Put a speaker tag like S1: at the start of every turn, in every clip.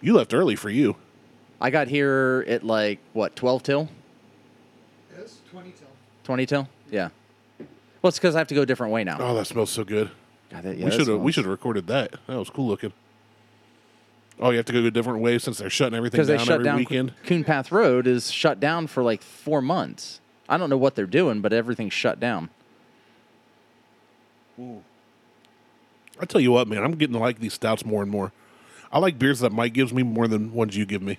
S1: You left early for you.
S2: I got here at like what twelve till,
S3: It's 20 till.
S2: twenty till. Yeah. Well, it's because I have to go a different way now.
S1: Oh, that smells so good.
S2: God, that- yeah,
S1: we
S2: that
S1: should have
S2: smells-
S1: we should have recorded that. That was cool looking. Oh, you have to go a different way since they're shutting everything
S2: because they
S1: down
S2: shut
S1: every
S2: down
S1: weekend.
S2: Coon Path Road is shut down for like four months. I don't know what they're doing, but everything's shut down.
S1: I tell you what, man, I'm getting to like these stouts more and more. I like beers that Mike gives me more than ones you give me.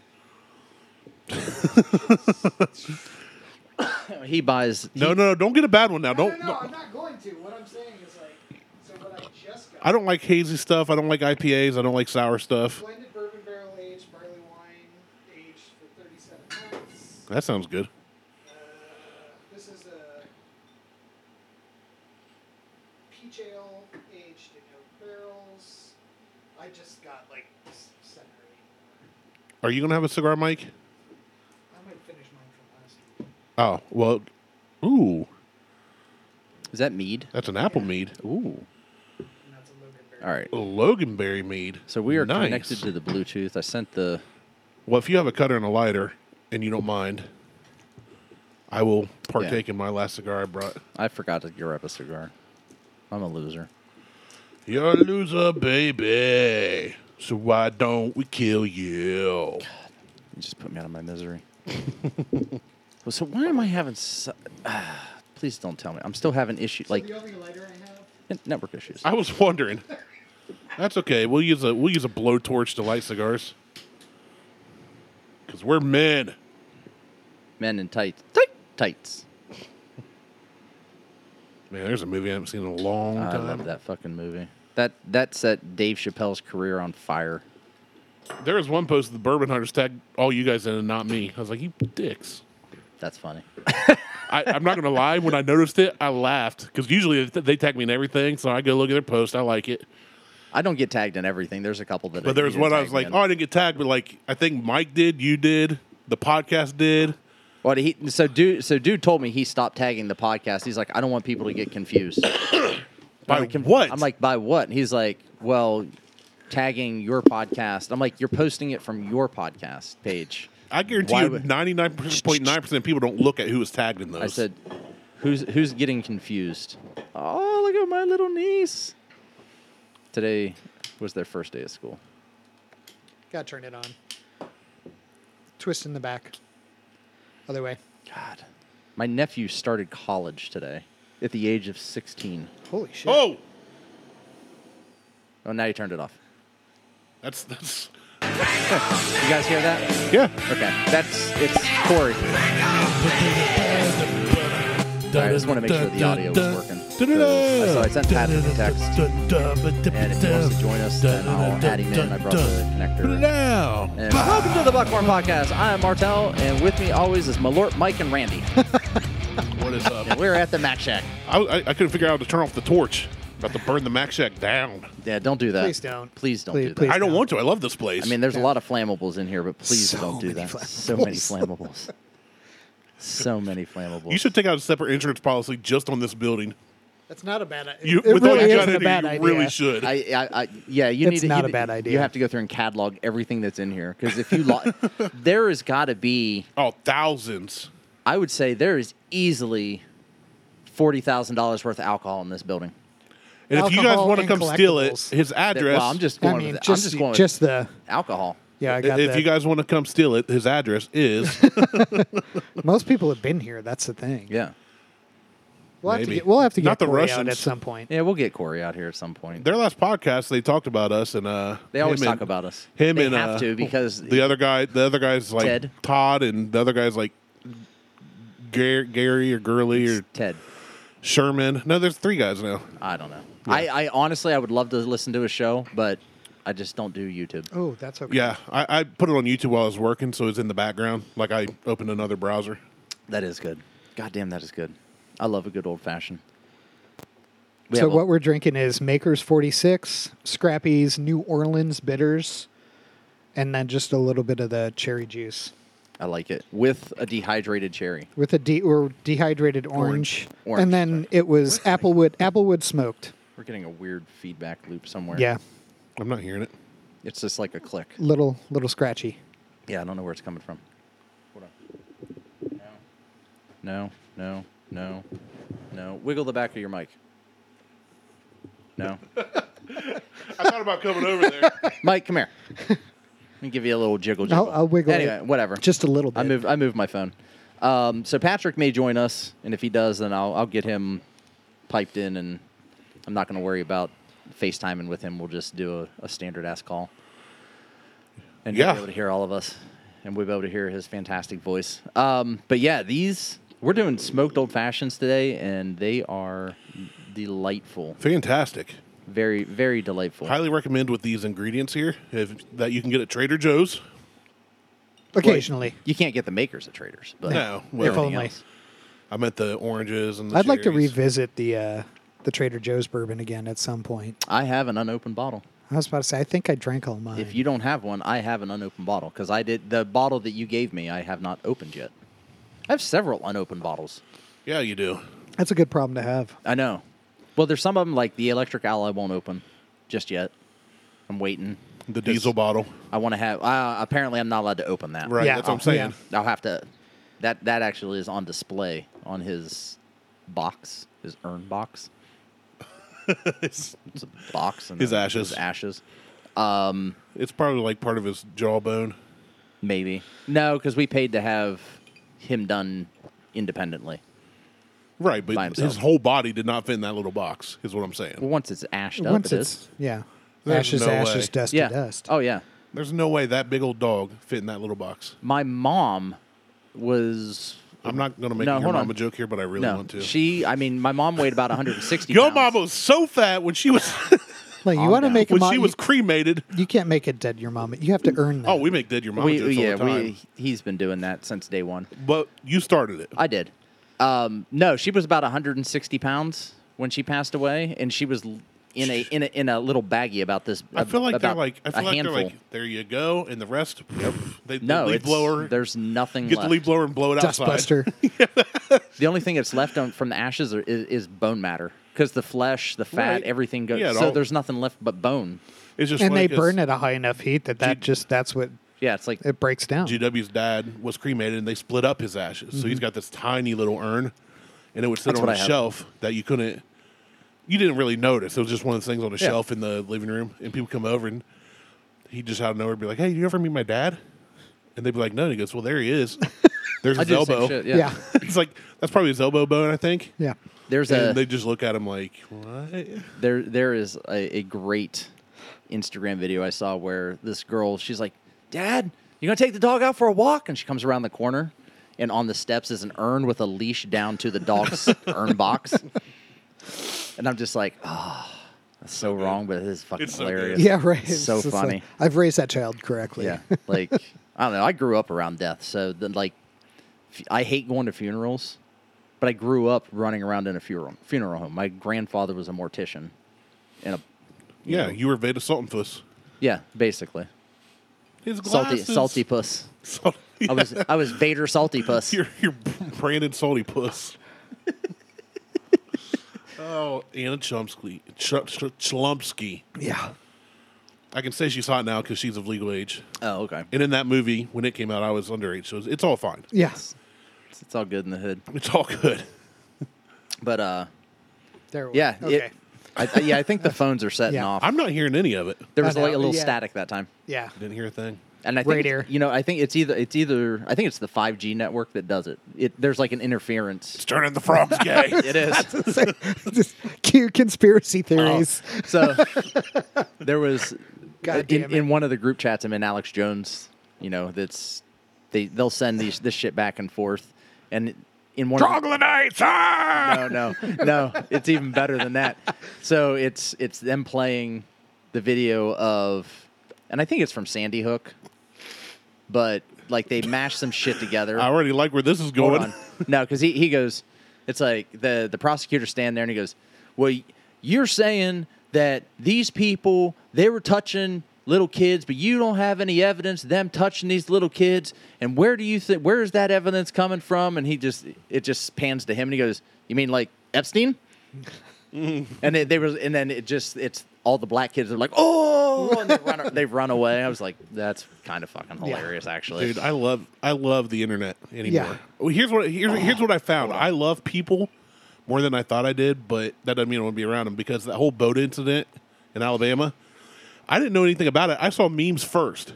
S2: He buys.
S1: No, no, no, don't get a bad one now.
S3: No,
S1: Don't.
S3: no, no,
S1: no.
S3: I'm not going to. What I'm saying is like, so what I just got.
S1: I don't like hazy stuff. I don't like IPAs. I don't like sour stuff.
S3: Blended bourbon barrel aged barley wine aged for 37 months.
S1: That sounds good.
S3: Uh, this is a peach ale aged in oak barrels. I just got like s- seven or eight.
S1: Are you gonna have a cigar, Mike?
S3: I might finish mine from
S1: Oh,
S3: last week.
S1: well. Ooh,
S2: Is that mead?
S1: that's an apple mead.
S2: Ooh.
S3: And that's a Logan barrel.
S2: All right.
S1: A Loganberry mead.
S2: So we are
S1: Nice.
S2: connected to the Bluetooth. I sent the.
S1: Well, if you have a cutter and a lighter, and you don't mind, I will partake in my last cigar I brought.
S2: I forgot to gear up a cigar. I'm a loser.
S1: You're a loser, baby. So why don't we kill you?
S2: You just put me out of my misery. Well, so why am I having? So, ah, please don't tell me. I'm still having issues, like
S3: The only lighter I have.
S2: network issues.
S1: I was wondering. That's okay. We'll use a we'll use a blowtorch to light cigars. Cause we're men.
S2: Men in tights. Tight tights.
S1: Man, there's a movie I haven't seen in a long
S2: Oh, I
S1: time.
S2: love that fucking movie. That that set Dave Chappelle's career on fire.
S1: There was one post the Bourbon Hunters tagged all you guys in and not me. I was like, you dicks.
S2: That's funny.
S1: I, I'm not gonna lie. When I noticed it, I laughed because usually they they tag me in everything, so I go look at their post. I like it,
S2: I don't get tagged in everything. There's a couple that.
S1: but there was
S2: didn't
S1: one I
S2: tag
S1: was
S2: me
S1: like,
S2: in.
S1: "Oh, I didn't get tagged," but like I think Mike did, you did, the podcast did.
S2: What he so dude so dude told me he stopped tagging the podcast. He's like, I don't want people to get confused.
S1: By
S2: I'm like, "Conf-
S1: what?
S2: I'm like, by what? And he's like, well, tagging your podcast. I'm like, you're posting it from your podcast page.
S1: I guarantee
S2: Why
S1: you,
S2: would-
S1: 99.9 percent of people don't look at who was tagged in those.
S2: I said, who's who's getting confused? Oh, look at my little niece. Today was their first day of school.
S3: Gotta turn it on. Twist in the back. Other way.
S2: God, my nephew started college today at the age of 16.
S3: Holy shit.
S1: "Oh,
S2: Oh, now you turned it off.
S1: that's that's
S2: You guys hear that?
S1: yeah."
S2: Okay, that's it's Corey. I just want to make sure the audio was working. 'Cause I- So I sent Pat a text, and if he wants to join us, then I'll add him in. I brought the connector.
S1: Now,
S2: And welcome to the Buckhorn Podcast. I am Martel, and with me always is Malort, Mike, and Randy.
S1: what is up?
S2: We're at the Mac Shack.
S1: I, I, I couldn't figure out how to turn off the torch. About to burn the Mac Shack down.
S2: Yeah, don't do that.
S3: Please don't.
S2: Please don't
S3: Please-
S2: do that.
S3: please.
S1: I don't want to. I love this place.
S2: I mean, there's a lot of flammables in here, but please don't do that. So many flammables. so many flammables.
S1: you should take out a separate insurance policy just on this building.
S3: That's not a bad idea.
S1: You,
S3: it
S1: with all
S3: really
S1: you got
S3: isn't
S1: in
S3: a bad
S1: you
S3: idea.
S1: really should.
S2: I, I, I yeah, you
S3: It's
S2: need. to-
S3: not
S2: you-
S3: a bad idea.
S2: You have to go through and catalog everything that's in here because if you lo- there has got to be,
S1: oh, thousands.
S2: I would say there is easily forty thousand dollars worth of alcohol in this building.
S1: And if you guys
S3: Alcohol
S1: want to
S3: and
S1: come steal it,
S3: collectibles.
S1: his
S2: That-
S1: address.
S2: well, I'm just going.
S3: I mean,
S2: with,
S3: just,
S2: I'm just going with
S3: just the
S2: alcohol.
S3: yeah. I got
S1: If
S3: the,
S1: you guys want to come steal it, his address is.
S3: most people have been here. That's the thing.
S2: Yeah,
S3: we'll have to
S1: maybe.
S3: get we'll have to get
S1: Not the
S3: Corey out
S1: Russians.
S3: at some point.
S2: yeah. We'll get Corey out here at some point.
S1: Their last podcast, they talked about us, and uh,
S2: They always
S1: him
S2: talk
S1: and-
S2: about us.
S1: Him
S2: they
S1: and
S2: have
S1: uh,
S2: to because
S1: the other guy, the other guy's like
S2: Ted.
S1: Todd, and the other guy's like Gar- Gary or Gurley or
S2: Ted.
S1: Sherman. No, there's three guys now.
S2: I don't know. I, I honestly, I would love to listen to a show, but I just don't do YouTube.
S3: Oh, that's okay.
S1: Yeah, I, I put it on YouTube while I was working, so it's in the background. Like I opened another browser.
S2: That is good. God damn, that is good. I love a good old fashioned. We
S3: So
S2: have a-
S3: what we're drinking is Maker's 46, Scrappy's New Orleans bitters, and then just a little bit of the cherry juice
S2: I like it with a dehydrated cherry.
S3: with a de- or dehydrated orange,
S2: Orange,
S3: and then it was applewood applewood smoked.
S2: We're getting a weird feedback loop somewhere.
S3: Yeah,
S1: I'm not hearing it.
S2: It's just like a click.
S3: Little little scratchy.
S2: Yeah, I don't know where it's coming from. Hold on. No, no, no, no. Wiggle the back of your mic. No.
S1: I thought about coming over there.
S2: Mike, come here. Let me give you a little jiggle jiggle.
S3: I'll, I'll wiggle
S2: anyway,
S3: it
S2: whatever.
S3: just a little bit.
S2: I move. I move my phone. Um, so Patrick may join us, and if he does, then I'll I'll get him piped in, and I'm not going to worry about FaceTiming with him. We'll just do a, a standard ass call, and he'll
S1: Yeah.
S2: be able to hear all of us, and we'll be able to hear his fantastic voice. Um, but yeah, these we're doing smoked old fashions today, and they are delightful.
S1: Fantastic.
S2: Very very delightful.
S1: Highly recommend with these ingredients here if, that you can get at Trader Joe's.
S3: Occasionally.
S2: You can't get the makers at Traders, but
S1: No, well-
S2: everything
S3: If only.
S2: else.
S1: I meant the oranges and the
S3: I'd like to
S1: cherries.
S3: revisit the uh, the Trader Joe's bourbon again at some point.
S2: I have an unopened bottle.
S3: I was about to say I think I drank all mine.
S2: If you don't have one, I have an unopened bottle because I did the bottle that you gave me. I have not opened yet. I have several unopened bottles.
S1: Yeah, you do.
S3: That's a good problem to have.
S2: I know. Well, there's some of them like the electric owl I won't open just yet. I'm waiting.
S1: The diesel bottle.
S2: I want to have. Uh, apparently, I'm not allowed to open that.
S1: Right.
S3: Yeah,
S1: That's what I'm
S3: oh, yeah.
S1: saying.
S2: I'll have to. That that actually is on display on his box, his urn box.
S1: It's,
S2: It's a box and
S1: His
S2: then
S1: ashes.
S2: His ashes.
S1: it's probably like part of his jawbone.
S2: Maybe. No, because we paid to have him done independently.
S1: Right,
S2: By
S1: but
S2: himself.
S1: his whole body did not fit in that little box, is what I'm
S2: Well,
S1: saying.
S2: once it's ashed up,
S3: Once
S2: it
S3: it's
S2: is.
S3: yeah.
S1: There's
S3: ashes
S1: no
S3: to ashes,
S1: way.
S3: dust
S2: yeah.
S3: to dust.
S2: Oh yeah.
S1: There's no way that big old dog fit in that little box.
S2: My mom was
S1: I'm not going to make
S2: No,
S1: your
S2: hold on.
S1: mama joke here, but I really
S2: no.
S1: want to.
S2: She, I mean, my mom weighed about 160.
S1: Your
S2: pounds.
S1: mama was so fat when she was
S3: Like you
S2: Calm
S3: want to
S2: down.
S3: make a
S1: when
S3: mom,
S1: she was cremated.
S3: you, you can't make it dead your mom. You have to earn that.
S1: Oh, we make dead your mama
S2: We,
S1: jokes
S2: yeah,
S1: all the time.
S2: we. He's been doing that since day one.
S1: But you started it.
S2: I did. Um, no, she was about 160 pounds when she passed away, and she was l- in a in a in a little baggie about this.
S1: I feel like they're
S2: about
S1: like I
S2: a
S1: feel like
S2: handful.
S1: they're like there you go, and the rest they the
S2: no,
S1: leaf
S2: it's,
S1: blower.
S2: there's nothing
S1: get
S2: left.
S1: the leaf blower and blow it outside.
S3: Dustbuster.
S2: The only thing that's left on, from the ashes are, is, is bone matter because the flesh, the fat,
S1: Right.
S2: everything goes.
S1: Yeah, it
S2: so
S1: all-
S2: there's nothing left but bone.
S1: It's just
S3: and
S1: funny
S3: they
S1: 'cause
S3: burn at a high enough heat that that just that's what
S2: Yeah, it's like
S3: it breaks down.
S1: GW's dad was cremated, and they split up his ashes. So he's got this tiny little urn, and it would sit
S2: Mm-hmm. That's
S1: on
S2: what
S1: a
S2: I have.
S1: shelf that you couldn't. You didn't really notice. It was just one of those things on a
S2: Yeah.
S1: shelf in the living room, and people come over, and he just out of nowhere be like, "Hey, you ever meet my dad?" And they'd be like, "No." And he goes, "Well, there he is. There's
S2: I
S1: his
S2: do the same
S1: elbow."
S2: shit,
S3: yeah.
S1: it's like that's probably his elbow bone, I think.
S3: Yeah.
S2: There's a
S1: And they just look at him like, "What?"
S2: there there is a, a great Instagram video I saw where this girl she's like, "Dad, you gonna take the dog out for a walk?" And she comes around the corner, and on the steps is an urn with a leash down to the dog's urn box. And I'm just like, ah, that's so, wrong, but it is fucking
S1: It's so good.
S2: hilarious.
S3: Yeah, right.
S2: It's so
S3: just like,
S2: funny.
S3: I've raised that child correctly.
S2: Yeah, like I don't know. I grew up around death, so then like f- I hate going to funerals, but I grew up running around in a funeral funeral home. My grandfather was a mortician, and a
S1: Yeah, you were Veda Sultanfuss.
S2: yeah, basically
S1: His
S2: salty
S1: glasses.
S2: salty puss.
S1: Salty.
S2: I was I was Vader salty puss.
S1: You're, you're Brandon Salty Puss. oh, Anna Chomsky. Ch- Ch- Chlumsky.
S3: Yeah.
S1: I can say she's hot now because she's of legal age.
S2: Oh, okay.
S1: And in that movie, when it came out, I was underage, so it's- it's all fine.
S3: Yes.
S2: It's, it's all good in the hood,
S1: It's all good.
S2: but uh,
S3: There we
S2: yeah,
S3: Okay.
S2: it, I, I- yeah, I think the phones are setting
S3: Yeah.
S2: off.
S1: I'm not hearing any of it.
S2: there was
S3: I know,
S2: like a little
S3: yeah.
S2: static that time.
S3: yeah.
S1: Didn't hear a thing.
S2: And I
S3: Right
S2: think it's-
S3: here.
S2: you know, I think it's either it's either I think it's the 5G network that does it. It there's like an interference.
S1: It's turning the frogs gay.
S2: It is.
S3: Just cute conspiracy theories.
S2: Oh. So there was uh,
S3: God
S2: in,
S3: damn it.
S2: in one of the group chats. I'm in Alex Jones. You know, that's they they'll send these this shit back and forth, and in one. Of,
S1: Troglodytes! Ah!
S2: no, no, no. It's even better than that. So it's it's them playing the video of, and I think it's from Sandy Hook, but like they mash some shit together.
S1: I already like where this is
S2: Hold
S1: going.
S2: on. No, because he, he goes, it's like the, the prosecutor stand there and he goes, Well, you're saying that these people, they were touching little kids, but you don't have any evidence of them touching these little kids. And where do you think, where is that evidence coming from? And he just, it just pans to him and he goes, You mean like Epstein? and they, they were, and then it just, it's all the black kids are like, oh, and they run, they run away. I was like, that's kind of fucking
S3: Yeah.
S2: hilarious, actually.
S1: Dude, I love I love the internet anymore. Well, here's what here's,
S3: Oh,
S1: here's what I found. I love people more than I thought I did, but that doesn't mean I want to be around them because that whole boat incident in Alabama, I didn't know anything about it. I saw memes first,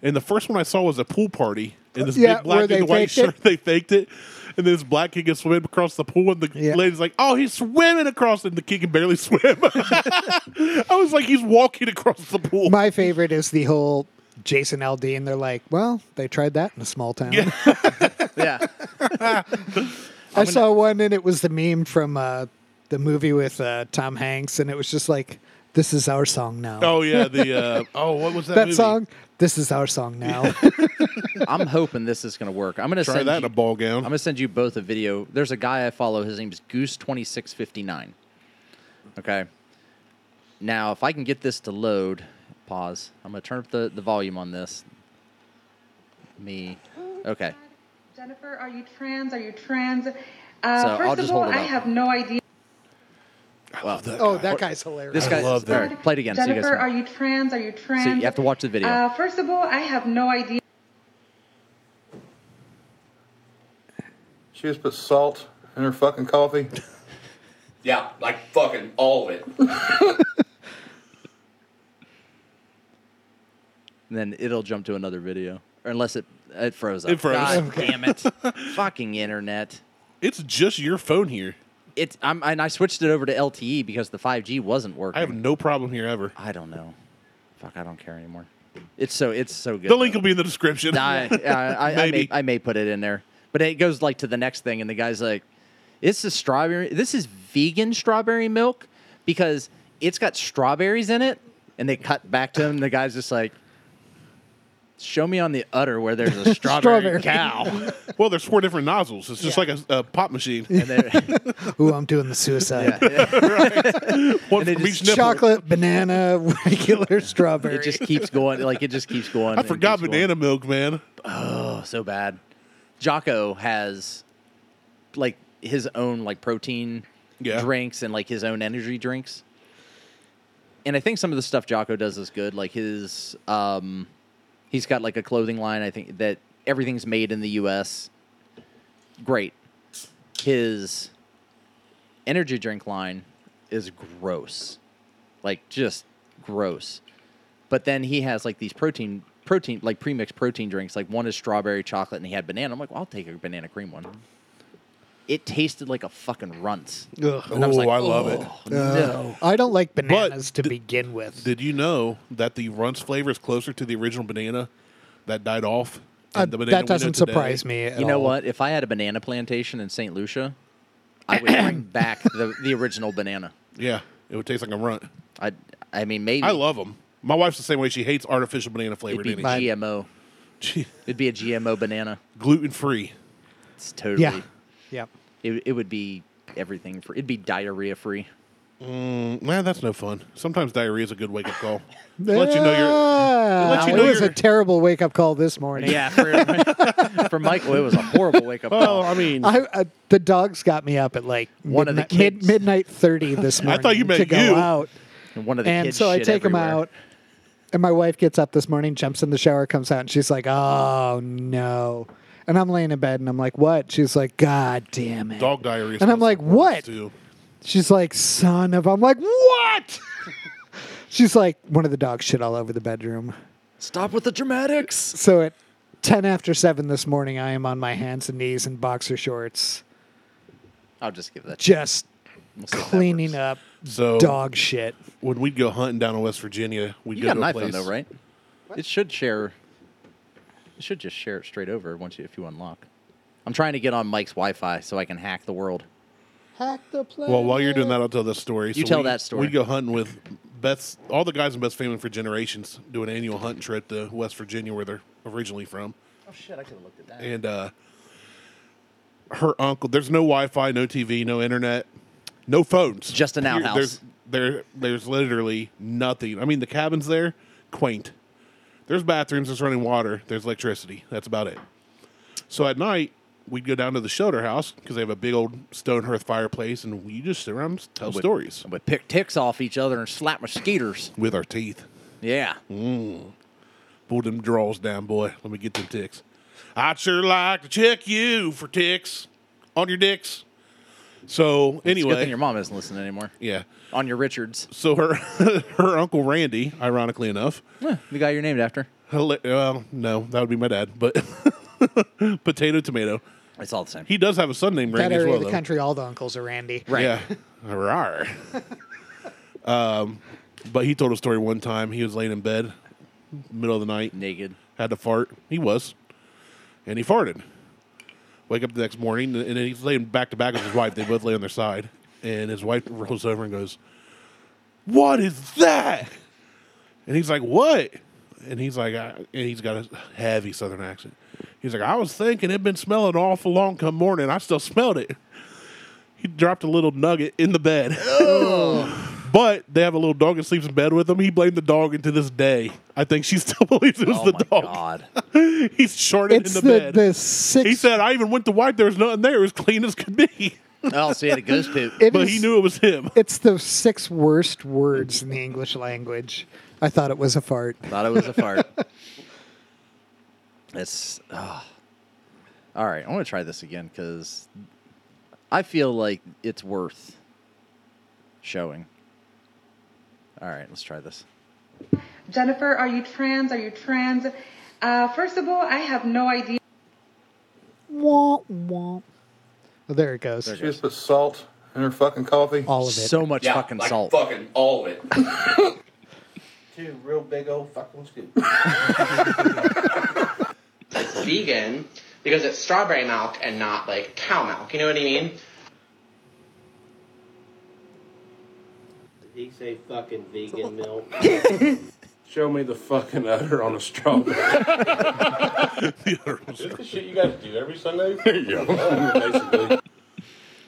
S1: and the first one I saw was a pool party, and this
S3: Yeah,
S1: big black
S3: where
S1: dude
S3: they
S1: in a white
S3: faked it.
S1: shirt they faked it. And this black kid gets swimming across the pool, and the
S3: Yeah.
S1: lady's like, "Oh, he's swimming across," and the kid can barely swim. I was like, "He's walking across the pool."
S3: My favorite is the whole Jason Aldean. They're like, well, they tried that in a small town.
S1: Yeah.
S2: yeah.
S3: I saw one and it was the meme from uh, the movie with uh, Tom Hanks, and it was just like, "This is our song now."
S1: oh yeah, the uh, oh, what was that?
S3: that
S1: movie?
S3: song. This is our song now.
S2: I'm hoping this is going to work. I'm going to
S1: Try
S2: send
S1: that
S2: you-
S1: in a ball gown.
S2: I'm gonna send you both a video. There's a guy I follow. His name's Goose twenty six fifty nine. Okay. Now, if I can get this to load, pause. I'm gonna turn up the, the volume on this. Me. Okay.
S4: Jennifer, are you trans? Are you trans? Uh,
S2: So I'll
S4: 1st
S2: just
S4: of all,
S2: hold it
S4: I
S2: up.
S4: have no idea.
S2: Well,
S3: oh, that guy's hilarious.
S2: this guy.
S1: love that.
S2: all right, play it again. So you
S4: Jennifer,
S2: guys. Can,
S4: are you trans? Are you trans?
S2: so you have to watch the video.
S4: Uh, first of all, I have no idea.
S5: She just put salt in her fucking coffee.
S6: Yeah, like fucking all of it.
S2: and then it'll jump to another video, or unless it it froze up.
S1: It froze.
S2: God damn it! Fucking internet.
S1: It's just your phone here.
S2: It's I'm and I switched it over to LTE because the 5G wasn't working.
S1: I have no problem here ever.
S2: I don't know. Fuck, I don't care anymore. It's so it's so good.
S1: The link
S2: though.
S1: will be in the description.
S2: I, I, I, I, may,
S1: Maybe.
S2: I may put it in there, but it goes like to the next thing, and the guy's like, "This is strawberry. This is vegan strawberry milk because it's got strawberries in it." And they cut back to him. And the guy's just like, "Show me on the udder where there's a strawberry,
S3: Strawberry.
S2: cow."
S1: well, there's four different nozzles. It's just
S3: Yeah.
S1: like a, a pop machine.
S2: And they,
S3: Ooh, I'm doing the suicide.
S1: One
S2: And they
S1: from each
S2: just
S1: nipple.
S3: Chocolate, banana, regular strawberry.
S2: it just keeps going. Like it just keeps going.
S1: I
S2: and
S1: forgot
S2: keeps going.
S1: banana milk, man.
S2: Oh, so bad. Jocko has like his own like protein
S1: Yeah.
S2: drinks and like his own energy drinks. And I think some of the stuff Jocko does is good. Like his um he's got like a clothing line I think that everything's made in the US. Great. His energy drink line is gross. Like just gross but then he has like these protein protein like premixed protein drinks like one is strawberry chocolate and he had banana i'm like well, i'll take a banana cream one it tasted like a fucking runts
S3: Ugh.
S2: and i was
S1: Ooh,
S2: like
S1: I love it.
S2: oh, no
S3: I don't like bananas to begin with.
S1: Did you know that the Runts flavor is closer to the original banana that died off?
S3: Uh,
S1: and the banana
S3: that doesn't surprise me. At
S2: you know
S3: all.
S2: what if i had a banana plantation in st lucia i would bring back the, the original banana
S1: Yeah, it would taste like a runt.
S2: i i mean maybe
S1: I love them. My wife's the same way. She hates artificial banana
S2: Mm. it'd
S1: flavored
S2: be
S1: anything.
S2: gmo it'd be a gmo banana
S1: Gluten free.
S2: it's totally
S3: Yeah. Yep.
S2: it, it would be everything for it'd be diarrhea free
S1: Man, that's no fun. Sometimes diarrhea is a good wake up call. Let you know you're. let you
S3: Ah,
S1: know
S3: it was a
S1: you're-
S3: terrible wake up call this morning.
S2: Yeah, for, for Michael, it was a horrible wake up
S1: Well,
S2: call.
S1: I mean,
S3: I, uh, the dogs got me up at like
S2: One of the
S3: midnight, mid-
S2: kids.
S3: midnight thirty this morning.
S1: thought you meant
S3: to go
S1: you.
S3: out,
S2: And one of the
S3: and
S2: kids
S3: so I
S2: shit
S3: take them
S2: everywhere.
S3: out. And my wife gets up this morning, jumps in the shower, comes out, and she's like, "Oh no!" And I'm laying in bed, and I'm like, "What?" She's like, "God damn it!"
S1: dog diarrhea.
S3: And I'm
S1: smells
S3: like,
S1: runs,
S3: what?
S1: too.
S3: She's like, "Son of," I'm like, "What?" she's like, "One of the dogs shit all over the bedroom."
S2: Stop with the dramatics.
S3: So at ten after seven this morning, I am on my hands and knees in boxer shorts,
S2: I'll just give that.
S3: just
S2: We'll see if that
S3: cleaning
S2: works.
S3: up
S1: So
S3: dog shit.
S1: when we'd go hunting down in West Virginia, we'd
S2: You
S1: go
S2: got
S1: to
S2: an
S1: a
S2: iPhone
S1: place.
S2: though, right? It should share. It should just share it straight over once you if you unlock. I'm trying to get on Mike's Wi-Fi so I can hack the world.
S3: Hack the planet.
S1: Well, while you're doing that, I'll tell this story.
S2: You tell
S1: we-
S2: that story.
S1: We'd go hunting with Beth's, all the guys in Beth's family for generations do an annual hunting trip to West Virginia where they're originally from.
S2: Oh shit! I could have looked at that.
S1: And uh, her uncle, there's no Wi Fi, no TV, no internet, no phones.
S2: Just an
S1: Here-
S2: outhouse.
S1: There's, there, there's literally nothing. I mean, the cabin's there, quaint. There's bathrooms, there's running water, there's electricity. That's about it. So at night, we'd go down to the Schroeder house because they have a big old stone hearth fireplace, and we just sit around and tell stories
S2: I would pick ticks off each other and slap mosquitoes.
S1: with our teeth.
S2: Yeah.
S1: Pull them draws down, boy. Let me get them ticks. I'd sure like to check you for ticks on your dicks. So
S2: It's a good thing
S1: anyway,
S2: your mom isn't listening anymore.
S1: yeah.
S2: On your Richards,
S1: So her her uncle Randy, ironically enough,
S2: Eh, the guy you're named after.
S1: hila- well, no, that would be my dad, but potato tomato.
S2: It's all the same.
S1: He does have a son named
S3: That
S1: Randy as
S3: area
S1: well,
S3: of the
S1: though.
S3: country, all the uncles are Randy.
S2: Right.
S1: Yeah. Rawr. um, but he told a story one time. He was laying in bed, middle of the night,
S2: Naked.
S1: had to fart. He was, and he farted. Wake up the next morning, and then he's laying back to back with his wife. They both lay on their side, and his wife rolls over and goes, "What is that?" And he's like, "What?" And he's like, I, and he's got a heavy Southern accent. He's like, "I was thinking it'd been smelling awful long come morning. I still smelled it." He dropped a little nugget in the bed. But they have a little dog that sleeps in bed with him. He blamed the dog, and to this day, I think she still believes it was
S2: Oh
S1: the
S2: my
S1: dog.
S2: god.
S1: He's shorted
S3: It's
S1: in
S3: the,
S1: the,
S3: the,
S1: bed.
S3: sixth.
S1: he said, I even went to wipe. There was nothing there. It was clean as could be.
S2: Oh, so he had a ghost poop.
S3: it
S1: But
S3: is-
S1: he knew it was him.
S3: It's the six worst words in the English language. I thought it was a fart.
S2: Thought it was a fart. It's ah. all right. I want to try this again because I feel like it's worth showing. All right, let's try this.
S4: Jennifer, are you trans? Are you trans? Uh, first of all, I have no idea.
S3: Wah, wah. Oh, there it goes.
S5: She just put salt in her fucking coffee.
S3: All of it.
S2: So much
S6: Yeah,
S2: fucking
S6: like
S2: salt.
S6: fucking all of it.
S7: Two real big old fucking scoop.
S8: it's vegan because it's strawberry milk and not like cow milk. You know what I mean?
S7: He say fucking vegan milk.
S9: Show me the fucking udder on a strawberry. This the shit you guys do every Sunday? There you go. Basically.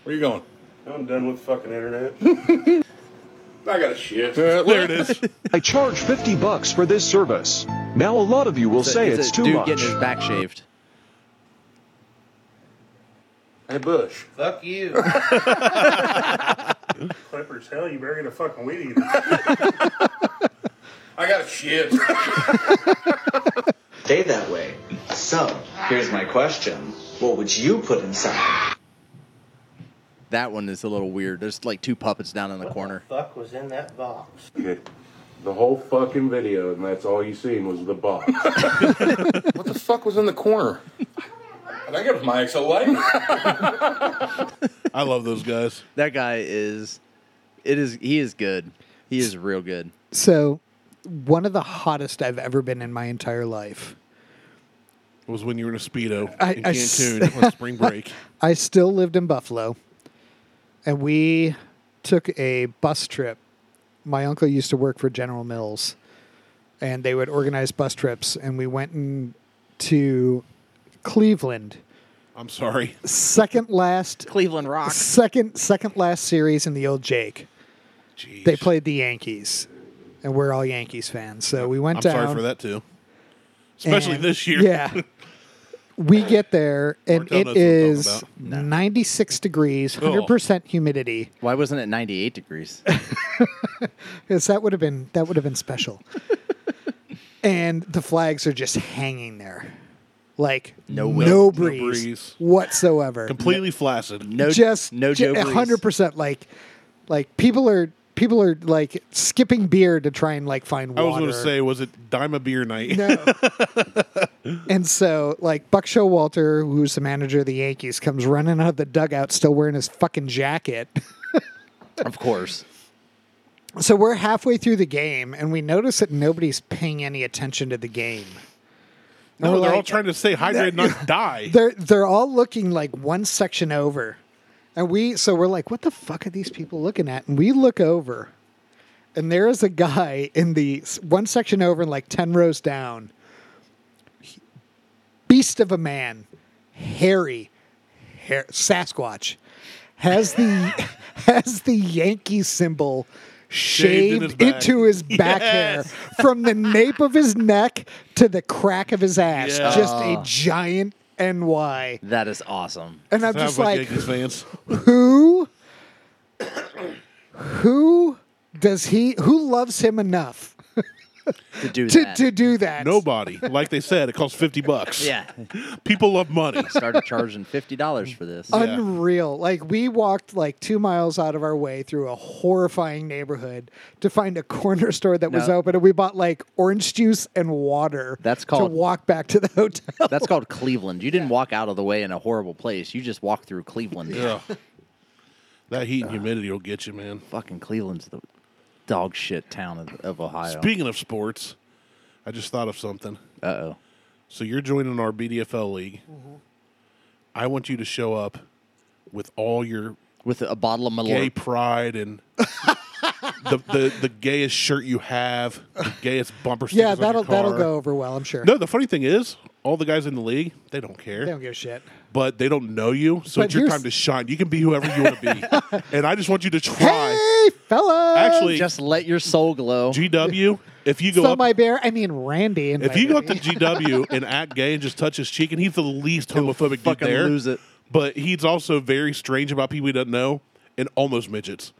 S5: Where you going?
S9: I'm done with fucking internet.
S5: I got a shit.
S1: there it is.
S10: I charge 50 bucks for this service. Now a lot of you will say
S2: a
S10: it's too
S2: dude
S10: much.
S2: getting his back shaved.
S5: Hey, Bush.
S7: Fuck you.
S9: Clippers, hell, you better get a fucking weed eater.
S5: I got a shit.
S11: Stay that way. So, here's my question. What would you put inside?
S2: That one is a little weird. There's like two puppets down in the corner.
S7: Fuck was in that box.
S9: Okay. The whole fucking video, and that's all you seen was the box.
S5: what the fuck was in the corner?
S6: I think it was my XLA.
S1: I love those guys.
S2: That guy is, it is. He is good. He is real good.
S3: So, one of the hottest I've ever been in my entire life.
S1: It was when you were in a Speedo
S3: I-
S1: in
S3: I s-
S1: Cancun on spring break.
S3: I still lived in Buffalo, and we took a bus trip. My uncle used to work for General Mills, and they would organize bus trips, and we went in to Cleveland,
S1: I'm sorry.
S3: second last,
S2: Cleveland rocks.
S3: second second last series in the old Jake.
S1: Jeez.
S3: They played the Yankees, and we're all Yankees fans, so we went
S1: I'm
S3: down.
S1: sorry for that, too. Especially
S3: and-
S1: this year.
S3: Yeah. We get there and
S1: Martell
S3: it
S1: knows what I'm talking
S3: is
S1: about. Oh.
S3: 96 degrees, 100% humidity.
S2: Why wasn't it 98 degrees?
S3: Because that would have been that would have been special. and the flags are just hanging there. Like no,
S2: wind,
S3: no,
S2: no
S3: breeze
S1: breeze.
S3: whatsoever.
S1: Completely flaccid.
S2: No,
S3: just
S2: no
S3: ju-
S2: Joe. Brees.
S3: 100% like like people are people are like skipping beer to try and like find
S1: I
S3: water.
S1: was going to say, was it dime a beer night?
S3: No. and so, like, Buck Showalter, who's the manager of the Yankees, comes running out of the dugout still wearing his fucking jacket.
S2: Of course.
S3: So we're halfway through the game, and we notice that nobody's paying any attention to the game.
S1: No,
S3: We're
S1: they're all
S3: like-
S1: trying to stay hydrated, not die.
S3: They're they're all looking like one section over, and we so we're like, what the fuck are these people looking at? And we look over, and there is a guy in the s- one section over and like ten rows down, He- beast of a man, hairy, hair, Sasquatch, has the has the Yankee symbol.
S1: Shaved in his
S3: Shaved
S1: back.
S3: into his
S1: Yes.
S3: back hair from the nape of his neck to the crack of his ass.
S1: Yeah.
S3: Just a giant and why.
S2: That is awesome.
S3: And I'm just
S1: Sounds
S3: like-
S1: Yankees fans.
S3: Who who does he who loves him enough
S2: to do
S3: to,
S2: that.
S3: to do that?
S1: Nobody. Like they said, it costs 50 bucks.
S2: Yeah.
S1: People love money.
S2: Started charging fifty dollars for this.
S3: Unreal. Like we walked like two miles out of our way through a horrifying neighborhood to find a corner store that was
S2: No.
S3: open and we bought like orange juice and water
S2: That's
S3: to
S2: called-
S3: walk back to the hotel.
S2: That's called Cleveland. You didn't walk out of the way in a horrible place. You just walked through Cleveland.
S1: Yeah. That heat and humidity will get you, man.
S2: Fucking Cleveland's the dog shit town of, of Ohio.
S1: Speaking of sports, I just thought of something.
S2: Uh oh.
S1: So you're joining our BDFL league.
S3: Mm-hmm.
S1: I want you to show up with all your
S2: With a bottle of
S1: gay
S2: Malort.
S1: pride and the, the the gayest shirt you have, the gayest bumper stickers.
S3: yeah,
S1: on your
S3: that'll that'll
S1: car.
S3: go over well, I'm sure.
S1: No, the funny thing is, all the guys in the league, they don't care,
S3: They don't give a shit.
S1: but they don't know you, so
S3: But
S1: it's your
S3: here's-
S1: time to shine. You can be whoever you want to be, and I just want you to try.
S3: Hey, fella.
S1: Actually,
S2: Just let your soul glow.
S1: GW, if you go
S3: so
S1: up,
S3: my bear, I mean Randy. And
S1: if
S3: my
S1: you go up
S3: bear.
S1: to GW and act gay and just touch his cheek, and he's the least homophobic dude
S2: fucking
S1: there,
S2: lose it.
S1: but he's also very strange about people he doesn't know and almost midgets.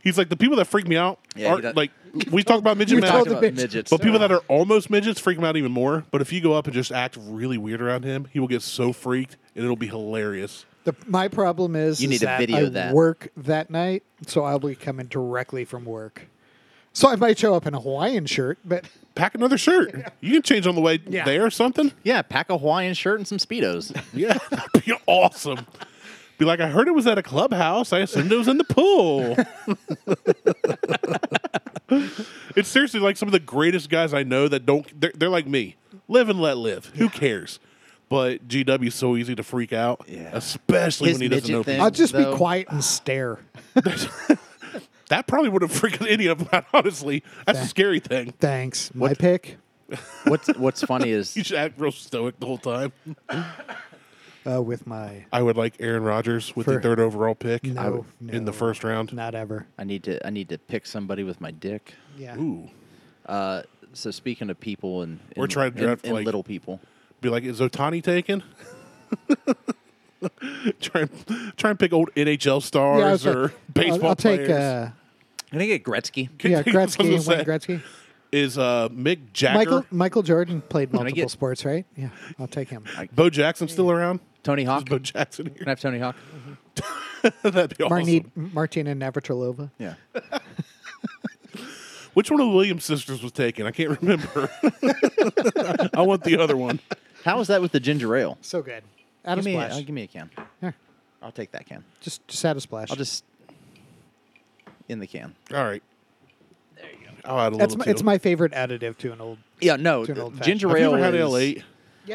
S1: He's like the people that freak me out
S2: Yeah, he
S1: are
S2: does-
S1: like we talk about midget
S3: you
S1: men,
S3: told
S2: Talking
S3: the
S2: about
S3: bitch.
S2: midgets.
S1: but people that are almost midgets freak him out even more. But if you go up and just act really weird around him, he will get so freaked and it'll be hilarious.
S3: The, my problem is,
S2: You
S3: is
S2: need to
S3: that
S2: video
S3: I
S2: that.
S3: work that night, so I'll be coming directly from work. So I might show up in a Hawaiian shirt, but
S1: Pack another shirt. You can change on the way
S3: Yeah.
S1: there or something.
S2: yeah, pack a Hawaiian shirt and some speedos.
S1: Yeah, that'd be awesome. Be like, I heard it was at a clubhouse. I assumed it was in the pool. it's seriously like some of the greatest guys I know that don't. They're, they're like me. Live and let live. Who cares? But GW's so easy to freak out,
S2: Yeah.
S1: especially
S2: His
S1: when he doesn't
S2: midget
S1: know
S2: thing.
S1: people.
S3: I'll just
S2: Though-
S3: be quiet and stare.
S1: That probably would have freaked any of them out, honestly. That's a scary thing.
S3: Thanks. My pick.
S2: What's What's funny is
S1: You should act real stoic the whole time.
S3: Uh, with my
S1: I would like Aaron Rodgers with the
S3: For-
S1: third overall pick
S3: No,
S1: would- in
S3: no.
S1: the first round.
S3: not ever.
S2: I need to I need to pick somebody with my dick.
S3: Yeah.
S1: Ooh.
S2: Uh, so speaking of people and,
S1: We're
S2: and-
S1: trying to
S2: and-
S1: draft,
S2: and
S1: like-
S2: little people.
S1: Be like, is Otani taken? try and try and pick old NHL
S3: Yeah, I
S1: stars
S3: was like,
S1: or
S3: I'll-
S1: baseball
S3: I'll, take
S1: players.
S3: uh,
S2: Can I get Gretzky? Can
S3: yeah
S1: That's what I was
S3: Gretzky, Wayne
S1: gonna
S3: Gretzky.
S1: Is uh, Mick Jagger,
S3: Michael Michael Jordan played
S2: I
S3: multiple
S2: get-
S3: sports, right? Yeah, I'll take him.
S1: Bo Jackson still around?
S2: Tony
S1: Is
S2: Hawk?
S1: Bo
S2: Can
S1: Jackson
S2: I
S1: here?
S2: have Tony Hawk?
S1: That'd be awesome.
S3: Marni- Martina Navratilova.
S2: Yeah.
S1: Which one of the Williams sisters was taken? I can't remember. I want the other one.
S2: How is that with the ginger ale?
S3: So good. Out of
S2: give me
S3: splash.
S2: uh, give me a can.
S3: Here.
S2: I'll take that can.
S3: Just just out of splash.
S2: I'll just in the can.
S1: All right. There you go. I'll add a
S3: That's
S1: little
S3: my,
S1: to
S3: it's
S1: it.
S3: my favorite additive to an old.
S2: Yeah, no.
S3: It's an
S2: uh,
S3: old-fashioned.
S2: Ginger
S1: Have you
S2: ale.
S1: ever had
S2: is-
S1: L8?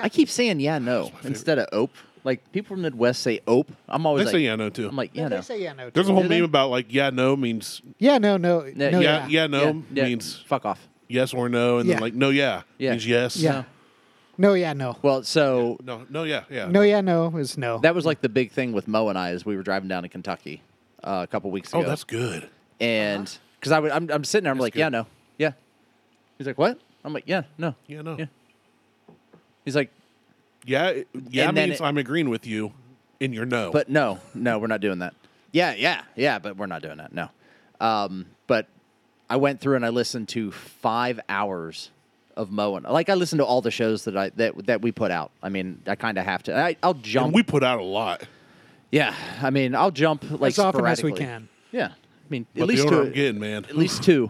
S2: I keep saying yeah, no instead of ope. Like people from the Midwest say ope. I'm always
S1: They
S2: like,
S1: say yeah, no, too.
S2: I'm like yeah,
S3: they
S2: no.
S3: say yeah, no.
S1: There's a
S3: too.
S1: whole
S2: Do
S1: meme
S2: they?
S1: about like yeah, no means
S3: Yeah, no, no, no,
S2: yeah,
S1: yeah,
S3: Oh, yeah,
S1: yeah, no
S2: Yeah, yeah,
S1: means
S2: fuck off.
S1: yes or no, and
S3: Yeah.
S1: then like no, yeah,
S2: Yeah.
S1: means yes.
S3: Yeah. no, yeah, no,
S2: Well, so
S1: No, no, yeah, yeah.
S3: no, yeah, no is no.
S2: that was like the big thing with Mo and I as we were driving down to Kentucky uh, a couple weeks
S1: oh,
S2: ago.
S1: that's uh-huh. good.
S2: and because I would, I'm, I'm sitting there, I'm like, yeah, no, yeah. He's like, what? I'm like, yeah, no.
S1: Yeah, no.
S2: Yeah. He's like,
S1: Yeah, it- yeah
S2: And then
S1: means
S2: it-
S1: I'm agreeing with you, and you're no.
S2: but no, no, we're not doing that. Yeah, yeah, yeah, but we're not doing that. No. Um, but I went through and I listened to five hours of Mo and like I listened to all the shows that I that that we put out. I mean, I kind of have to. I, I'll
S1: And
S2: jump.
S1: Um, we put out a lot.
S2: yeah, I mean, I'll jump like
S3: as often as we
S2: sporadically.
S3: can.
S2: Yeah, I mean,
S1: But
S2: at least
S1: the
S2: to
S1: older I'm getting, man.
S2: at least two,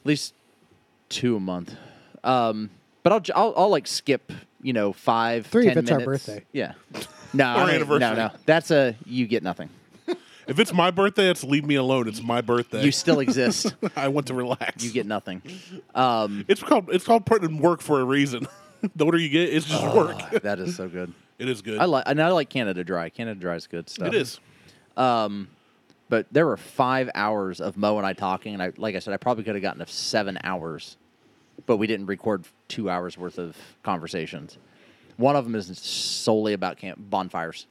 S2: at least two a month. Um, but I'll, j- I'll I'll like skip you know five
S3: Three if
S2: 10
S3: it's our
S2: minutes.
S3: birthday.
S2: Yeah, no, I mean, no,
S1: anniversary.
S2: no. That's a you get nothing.
S1: If it's my birthday, it's leave me alone. It's my birthday.
S2: You still exist.
S1: I want to relax.
S2: you get nothing. Um,
S1: It's called it's called putting in work for a reason. the older you get, it's just work.
S2: that is so good.
S1: It is good.
S2: Ah. I like and I like Canada Dry. Canada Dry is good stuff.
S1: It is.
S2: But there were five hours of Mo and I talking, and I like I said, I probably could have gotten to seven hours, but we didn't record two hours worth of conversations. One of them is solely about camp bonfires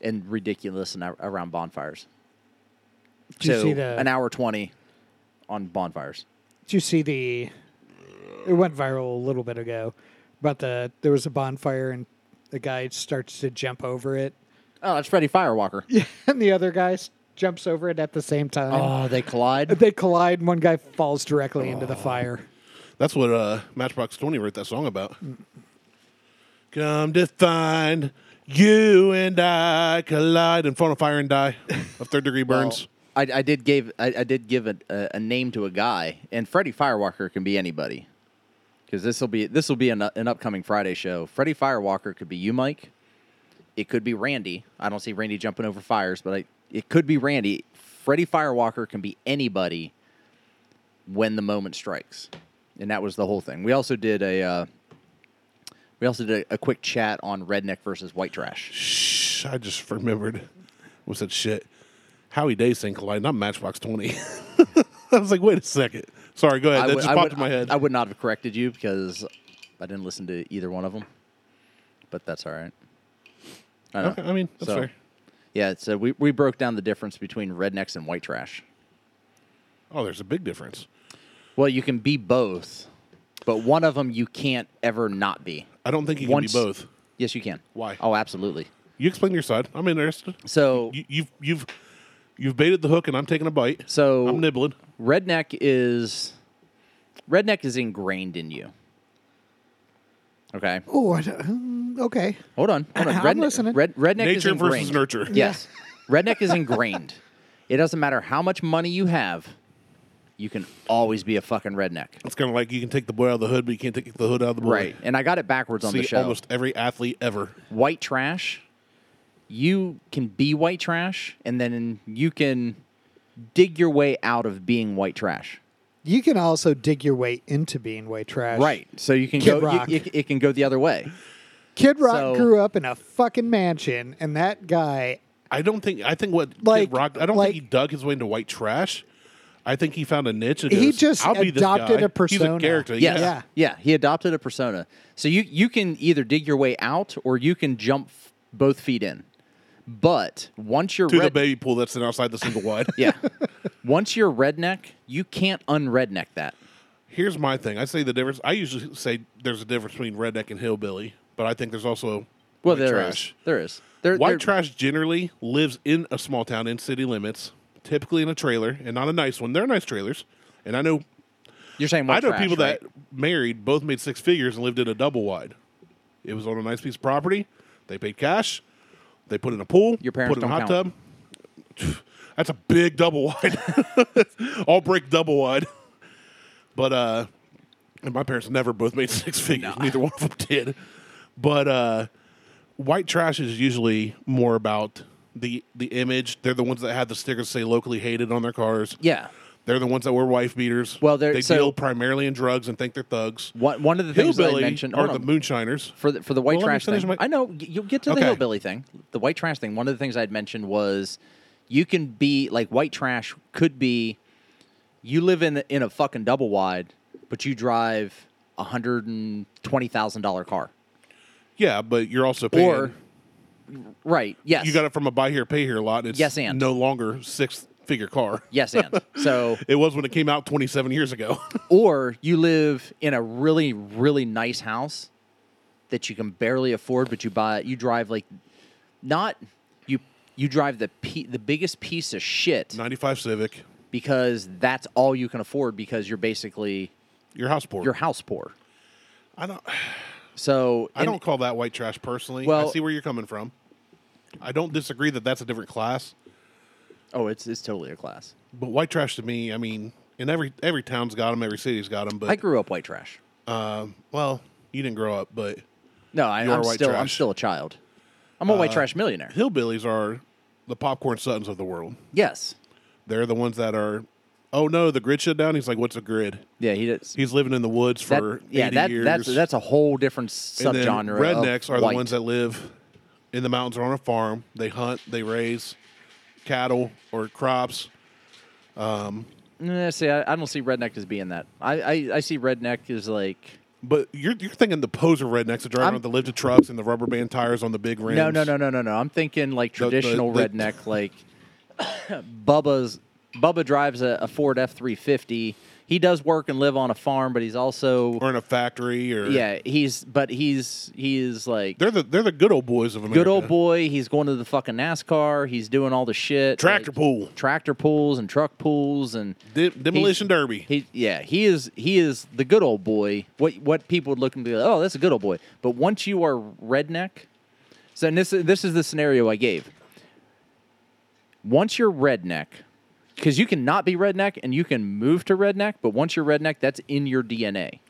S2: and ridiculous and ar- around bonfires.
S3: Did you
S2: so
S3: see the?
S2: an hour twenty on bonfires.
S3: Did you see the? It went viral a little bit ago. about the there was a bonfire and the guy starts to jump over it.
S2: Oh, that's Freddy Firewalker.
S3: Yeah, and the other guy s- jumps over it at the same time.
S2: Oh, they collide.
S3: They collide. and One guy falls directly into the fire.
S1: That's what uh, Matchbox Twenty wrote that song about. Come to find you and I collide in front of fire and die of third degree burns.
S2: I, I did gave I, I did give a, a, a name to a guy, and Freddie Firewalker can be anybody, because this will be this will be an, an upcoming Friday show. Freddie Firewalker could be you, Mike. It could be Randy. I don't see Randy jumping over fires, but I, it could be Randy. Freddie Firewalker can be anybody when the moment strikes, and that was the whole thing. We also did a uh, we also did a, a quick chat on redneck versus white trash.
S1: Shh, I just remembered. What's that shit? Howie Day saying collide, not Matchbox Twenty. I was like, wait a second. Sorry, go ahead.
S2: I
S1: that
S2: would-
S1: just
S2: I
S1: popped
S2: would-
S1: in my head.
S2: I would not have corrected you because I didn't listen to either one of them. But that's all right. I, don't
S1: Okay, I mean, that's fair.
S2: Yeah, so we, we broke down the difference between rednecks and white trash.
S1: oh, there's a big difference.
S2: Well, you can be both, but one of them you can't ever not be.
S1: I don't think you
S2: Once-
S1: can be both.
S2: Yes, you can.
S1: Why?
S2: Oh, absolutely.
S1: You explain your side. I'm interested.
S2: So
S1: You, you've you've you've baited the hook, and I'm taking a bite.
S2: So
S1: I'm nibbling.
S2: redneck is redneck is ingrained in you. Okay.
S3: Oh, I don't- um, okay.
S2: Hold on. Hold on.
S3: I'm
S2: Redne-
S3: listening.
S2: Red, redneck is
S1: Nature versus
S2: ingrained.
S1: nurture.
S2: Yes. redneck is ingrained. It doesn't matter how much money you have, you can always be a fucking redneck.
S1: It's kind of like you can take the boy out of the hood, but you can't take the hood out of the boy.
S2: Right. And I got it backwards on
S1: See
S2: the show.
S1: almost every athlete ever.
S2: White trash, you can be white trash, and then you can dig your way out of being white trash.
S3: You can also dig your way into being white trash.
S2: Right. So you can
S3: Kid
S2: go you-
S3: Rock.
S2: you- it can go the other way.
S3: Kid Rock
S2: So-
S3: grew up in a fucking mansion, and that guy.
S1: I don't think. I think what
S3: Like-
S1: Kid Rock. I don't
S3: like-
S1: think he dug his way into white trash. I think he found a niche. And
S3: He
S1: goes,
S3: just
S1: I'll be this
S3: adopted
S1: guy.
S3: a persona.
S1: He's a character.
S2: Yes.
S1: Yeah.
S2: Yeah. He adopted a persona. So you you can either dig your way out or you can jump f- both feet in. But once you're
S1: To the
S2: red-
S1: baby pool that's in outside the single wide.
S2: yeah, once you're redneck, you can't unredneck that.
S1: Here's my thing. I say the difference. I usually say there's a difference between redneck and hillbilly, but I think there's also
S2: Well,
S1: white
S2: there is.
S1: trash.
S2: there is there
S1: White
S2: there-
S1: trash generally lives in a small town in city limits, typically in a trailer, and not a nice one. They're nice trailers, and I know
S2: You're saying white
S1: I know
S2: trash,
S1: people
S2: right?
S1: that married, both made six figures, and lived in a double wide. It was on a nice piece of property. They paid cash. They put in a pool.
S2: Your parents
S1: put in a hot
S2: don't
S1: tub. That's a big double wide. All brick double wide. But uh, and my parents never both made six figures. Neither one of them did. But uh, white trash is usually more about the the image. They're the ones that had the stickers say locally hated on their cars.
S2: yeah.
S1: They're the ones that were wife beaters.
S2: Well, they're-
S1: they
S2: so-
S1: deal primarily in drugs and think they're thugs.
S2: One one of the things that I
S1: Hillbilly
S2: mentioned
S1: are
S2: hold
S1: the
S2: on.
S1: moonshiners.
S2: for the, for the white
S1: Well, let me
S2: trash
S1: finish
S2: thing.
S1: my-
S2: I know y- you'll get to the
S1: Okay.
S2: hillbilly thing, the white trash thing. One of the things I'd mentioned was you can be like white trash could be you live in in a fucking double wide, but you drive a hundred and twenty thousand dollar car,
S1: Yeah, but you're also paying.
S2: or right? Yes,
S1: you got it from a buy here, pay here lot. And it's
S2: Yes, and.
S1: no longer six figure car.
S2: Yes, and so
S1: It was when it came out 27 years ago.
S2: or you live in a really really nice house that you can barely afford but you buy you drive like not you you drive the pe- the biggest piece of shit
S1: 95 Civic,
S2: because that's all you can afford because you're basically
S1: your house poor.
S2: you're house poor
S1: I don't.
S2: so
S1: I
S2: and-
S1: don't call that white trash personally. I
S2: Well-
S1: see where you're coming from. I don't disagree that that's a different class,
S2: oh it's it's totally a class
S1: but white trash to me, I mean, and every every town's got them, every city's got them. But uh,
S2: i grew up white trash
S1: well, you didn't grow up, but
S2: no I,
S1: You are
S2: i'm
S1: white
S2: still i'm
S1: trash. Uh,
S2: still a child i'm a white trash millionaire
S1: hillbillies are the popcorn suttons of the world.
S2: yes
S1: They're the ones that are, oh no, the grid shut down. He's like, what's a grid?
S2: yeah he does
S1: He's living in the woods for
S2: that, yeah
S1: 80
S2: that,
S1: years.
S2: that's that's a whole different
S1: and then
S2: subgenre of
S1: Rednecks are
S2: white.
S1: the ones that live in the mountains or on a farm. They hunt, they raise cattle or crops.
S2: Nah, Eh, see, I, I don't see redneck as being that. I, I, I see redneck as like
S1: But you're, you're thinking the poser rednecks are driving
S2: I'm-
S1: around the lifted trucks and the rubber band tires on the big rims.
S2: no, no, no, no, no, no. I'm thinking like
S1: the-
S2: traditional
S1: the-
S2: redneck, like Bubba's. Bubba drives a, a Ford F three fifty. he does work and live on a farm, but he's also
S1: or in a factory or
S2: yeah, he's but he's he is like
S1: they're the they're the good old boys of America.
S2: good old boy. He's going to the fucking NASCAR. He's doing all the shit.
S1: Tractor pool.
S2: Tractor pools and truck pools and
S1: De- demolition
S2: he's-
S1: derby.
S2: He yeah, he is he is the good old boy. What what people would look and be like, oh, that's a good old boy. But once you are redneck, so and this this is the scenario I gave. Once you're redneck, because you can not be redneck and you can move to redneck, but once you're redneck, that's in your DNA.
S1: I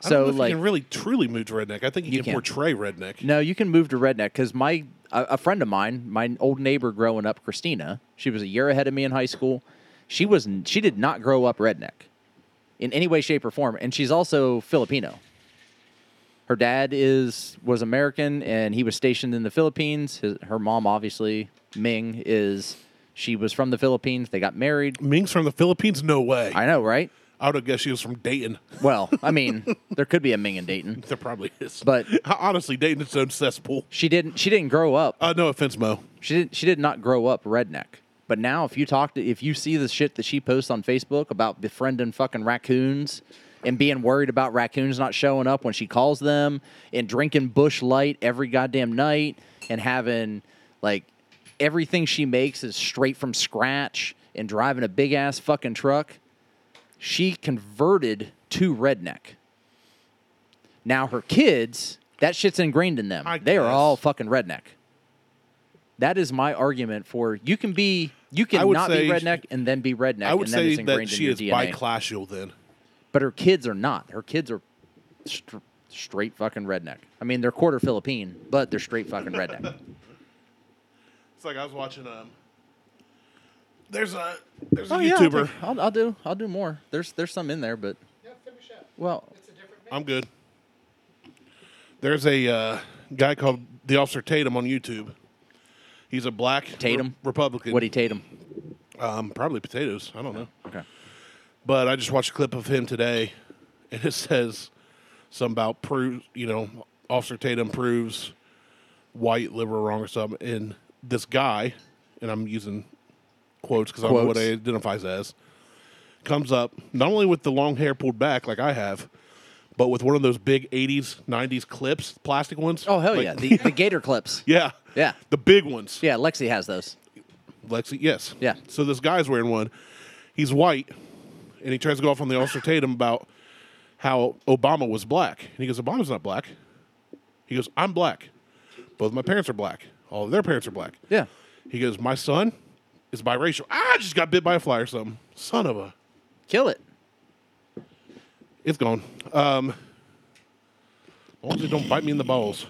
S1: don't
S2: So
S1: know if
S2: like
S1: you can really truly move to redneck. I think you,
S2: You
S1: can,
S2: can.
S1: portray redneck.
S2: no, you can move to redneck because my a, a friend of mine, my old neighbor growing up, Christina, she was a year ahead of me in high school. She was n- she did not grow up redneck in any way, shape, or form, and she's also Filipino. Her dad is was American, and he was stationed in the Philippines. His, her mom, obviously, Ming, is she was from the Philippines. They got married.
S1: Ming's from the Philippines. No way. I,
S2: I know, right?
S1: would have guessed she was from Dayton.
S2: Well, I mean, there could be a Ming in Dayton,
S1: There probably is.
S2: but
S1: honestly, Dayton's own cesspool.
S2: she didn't. She didn't grow up
S1: Uh, no offense, Mo.
S2: She did, she did not grow up redneck. But now, if you talk to, if you see the shit that she posts on Facebook about befriending fucking raccoons and being worried about raccoons not showing up when she calls them and drinking bush light every goddamn night and having like everything she makes is straight from scratch and driving a big ass fucking truck, she converted to redneck. Now her kids, that shit's ingrained in them.
S1: I
S2: they are
S1: guess.
S2: all fucking redneck. That is my argument for you can be you
S1: I
S2: can
S1: would
S2: not be
S1: say-
S2: redneck and then be redneck
S1: I would
S2: and then
S1: say
S2: it's
S1: that
S2: ingrained
S1: she
S2: in
S1: is
S2: your DNA.
S1: biclacial then.
S2: but her kids are not. Her kids are str- straight fucking redneck. I mean, they're quarter Philippine, but they're straight fucking redneck.
S1: It's like I was watching um there's a there's a
S2: Oh, yeah, I'll
S1: YouTuber.
S2: take- I'll, I'll do I'll do more. There's there's some in there, but well,
S1: I'm good. There's a uh, guy called the Officer Tatum on YouTube. He's a black re-
S2: Tatum?
S1: Republican.
S2: Woody Tatum.
S1: um, probably potatoes. I don't know.
S2: Okay.
S1: But I just watched a clip of him today, and it says something about proves, you know, Officer Tatum proves white liberal wrong or something. And this guy, and I'm using quotes because I don't know what
S2: Quotes.
S1: he identifies as, comes up not only with the long hair pulled back like I have, but with one of those big '80s, '90s clips, plastic ones.
S2: Oh hell
S1: Like-
S2: yeah, the, the Gator clips.
S1: yeah,
S2: Yeah.
S1: the big ones.
S2: Yeah, Lexi has those.
S1: Lexi, yes.
S2: Yeah.
S1: So this guy's wearing one. He's white, and he tries to go off on the Officer Tatum about how Obama was black. And he goes, Obama's not black. He goes, I'm black. Both my parents are black. All of their parents are black.
S2: Yeah.
S1: He goes, My son is biracial. Ah, I just got bit by a fly or something. Son of a.
S2: Kill it.
S1: It's gone. Um, as long as it don't bite me in the balls.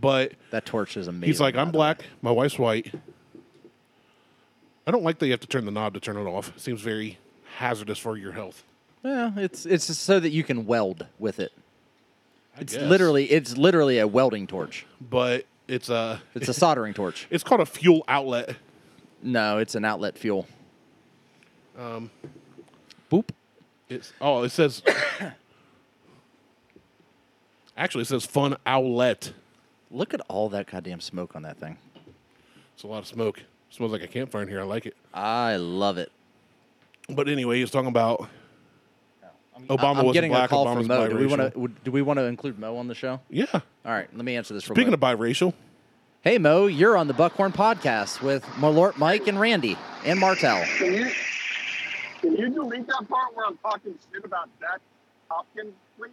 S1: But
S2: That torch is amazing.
S1: he's like,
S2: by
S1: I'm
S2: the
S1: black. My wife's white. I don't like that you have to turn the knob to turn it off. seems very hazardous for your health.
S2: Yeah, it's it's just so that you can weld with it.
S1: I
S2: It's
S1: guess.
S2: literally it's literally a welding torch.
S1: but it's a
S2: It's a soldering torch.
S1: it's called a fuel outlet.
S2: No, it's an outlet fuel. Um, boop.
S1: It's oh, it says actually it says fun outlet.
S2: Look at all that goddamn smoke on that thing.
S1: It's a lot of smoke. smells like a campfire in here. I like it.
S2: I love it.
S1: But anyway, he was talking about Obama
S2: I'm
S1: was
S2: getting
S1: black.
S2: a call
S1: Obama
S2: from
S1: was
S2: Mo. Do we want
S1: biracial.
S2: to do we want to include Mo on the show?
S1: Yeah.
S2: All right, let me answer this. real
S1: Speaking
S2: quick.
S1: of biracial,
S2: hey Mo, you're on the Buckhorn Podcast with Malort, Mike, and Randy and Martel.
S12: Can you can you delete that part where I'm talking shit about Zach Hopkins, please?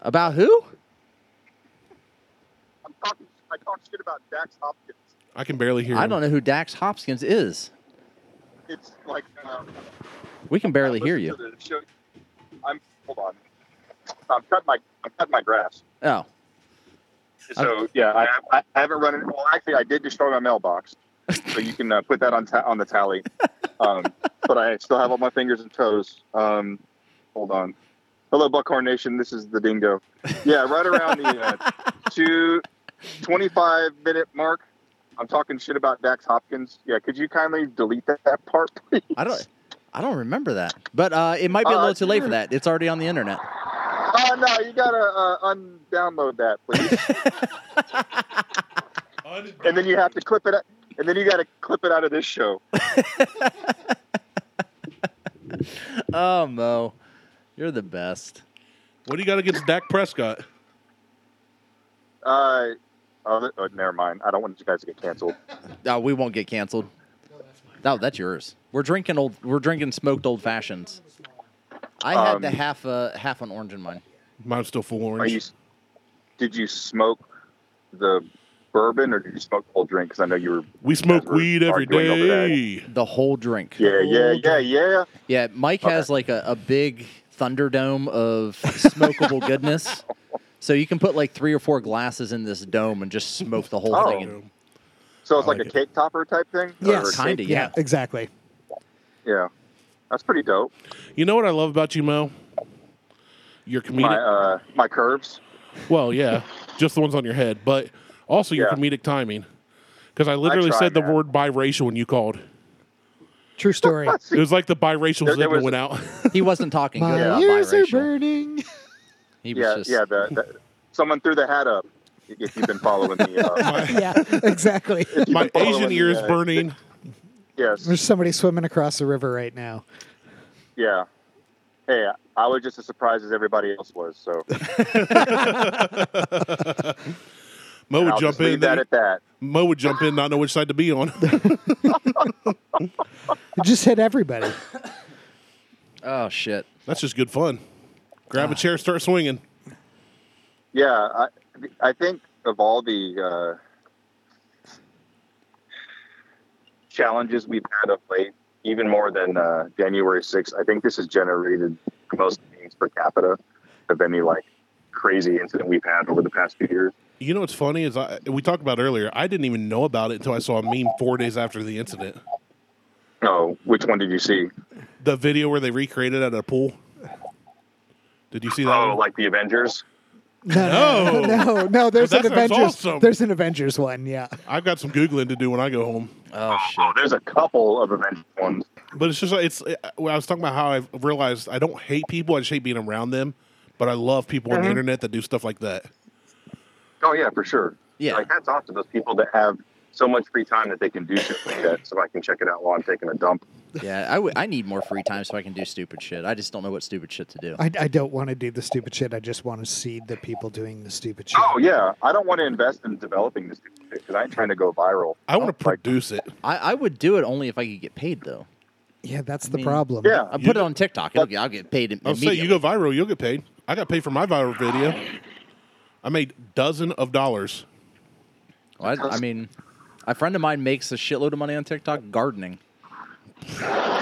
S2: About who?
S12: I'm talking I talk shit about Dax Hopkins.
S1: I can barely hear.
S2: I
S1: him.
S2: don't know who Dax Hopkins is.
S12: It's like um,
S2: We can barely hear
S12: listen
S2: you.
S12: to the show. I'm hold on. I'm cutting my I'm cutting my grass.
S2: Oh,
S12: So yeah, I, I, I haven't run it. Well, actually, I did destroy my mailbox, so you can uh, put that on ta- on the tally. Um, but I still have all my fingers and toes. Um, hold on. Hello, Buckhorn Nation. This is the Dingo. Yeah, right around the uh, two, 25 minute mark. I'm talking shit about Dax Hopkins. Yeah, could you kindly delete that, that part, please?
S2: I don't. I don't remember that, but uh, it might be a
S12: Uh,
S2: little too late for that. It's already on the internet.
S12: Oh no, you gotta uh, undownload that, please. and then you have to clip it, and then you gotta clip it out of this show.
S2: Oh, Mo, you're the best.
S1: What do you got against Dak Prescott?
S12: Uh, oh, oh, never mind. I don't want you guys to get canceled.
S2: No, we won't get canceled. No, that's yours. We're drinking old. We're drinking smoked old fashions. I had
S12: Um,
S2: the half uh, half an orange in mine.
S1: Mine's still full
S12: Are
S1: orange.
S12: you? Did you smoke the bourbon or did you smoke the whole drink? Because I know you were.
S1: We smoke
S12: we're
S1: weed every
S12: arguing over that.
S1: day.
S2: The whole drink.
S12: Yeah, yeah, yeah, yeah.
S2: Yeah, Mike has like a, a big thunderdome of smokable goodness. So you can put like three or four glasses in this dome and just smoke the whole
S12: Oh.
S2: thing. And,
S12: So it's like, a cake topper type thing. Or a
S2: yes,
S12: cake-
S2: kind of. Yeah.
S3: exactly.
S12: Yeah, that's pretty dope.
S1: You know what I love about you, Mo? Your comedic.
S12: My uh, my curves.
S1: Well, yeah, just the ones on your head, but also your
S12: Yeah.
S1: comedic timing. Because I literally
S12: try,
S1: said the
S12: man.
S1: word biracial when you called.
S3: True story.
S1: It was like the biracial
S12: There- there
S1: signal
S12: was-
S1: went out.
S12: Oh.
S2: He wasn't talking
S3: My
S2: good about
S3: ears are
S2: biracial.
S3: burning.
S2: He was
S12: Yeah,
S2: just
S12: yeah. The, the, someone threw the hat up. If you've been following the, uh,
S3: yeah, exactly.
S1: My
S12: Following
S1: Asian
S12: the,
S1: ear is
S12: uh,
S1: burning.
S12: yes,
S3: There's somebody swimming across the river right now.
S12: yeah. Hey, I was just as surprised as everybody else was. So
S1: Mo would
S12: I'll
S1: jump
S12: just
S1: in.
S12: leave that
S1: That
S12: at that.
S1: Mo would jump in, not know which side to be on.
S3: It just hit everybody.
S2: oh shit.
S1: That's just good fun. Grab
S12: Ah.
S1: a chair, start swinging.
S12: Yeah, I, I think of all the uh, challenges we've had of late, even more than uh, January 6th, I think this has generated the most meetings per capita of any like crazy incident we've had over the past few years.
S1: You know what's funny is I, we talked about earlier. I didn't even know about it until I saw a meme four days after the incident.
S12: Oh, which one did you see?
S1: The video where they recreated at a pool. Did you see that?
S12: Oh,
S1: one?
S12: like the Avengers?
S3: No,
S2: Oh.
S3: no, no, no. no, there's
S1: Well,
S3: an
S1: that sounds
S3: Avengers.
S1: awesome.
S3: There's an Avengers one. Yeah,
S1: I've got some googling to do when I go home.
S2: Oh
S12: Oh,
S2: shit.
S12: there's a couple of Avengers ones.
S1: But it's just like it's. It, well, I was talking about how I've realized I don't hate people. I just hate being around them. But I love people
S2: Mm-hmm.
S1: on the internet that do stuff like that.
S12: Oh, yeah, for sure.
S2: Yeah.
S12: Like, hats off to those people that have so much free time that they can do shit like that so I can check it out while I'm taking a dump.
S2: Yeah, I, w- I need more free time so I can do stupid shit. I just don't know what stupid shit to do.
S3: I, I don't want to do the stupid shit. I just want to see the people doing the stupid shit.
S12: Oh yeah, I don't want to invest in developing this because I ain't trying to go viral.
S1: I want to produce it.
S2: I, I would do it only if I could get paid though.
S3: yeah, that's the
S2: mean-
S3: problem.
S12: Yeah,
S2: I put it on TikTok. It'll, get- I'll get paid
S1: I'll say
S2: immediately.
S1: you go viral, you'll get paid. I got paid for my viral video. I made dozen of dollars.
S2: Well, I, I mean, a friend of mine makes a shitload of money on TikTok gardening.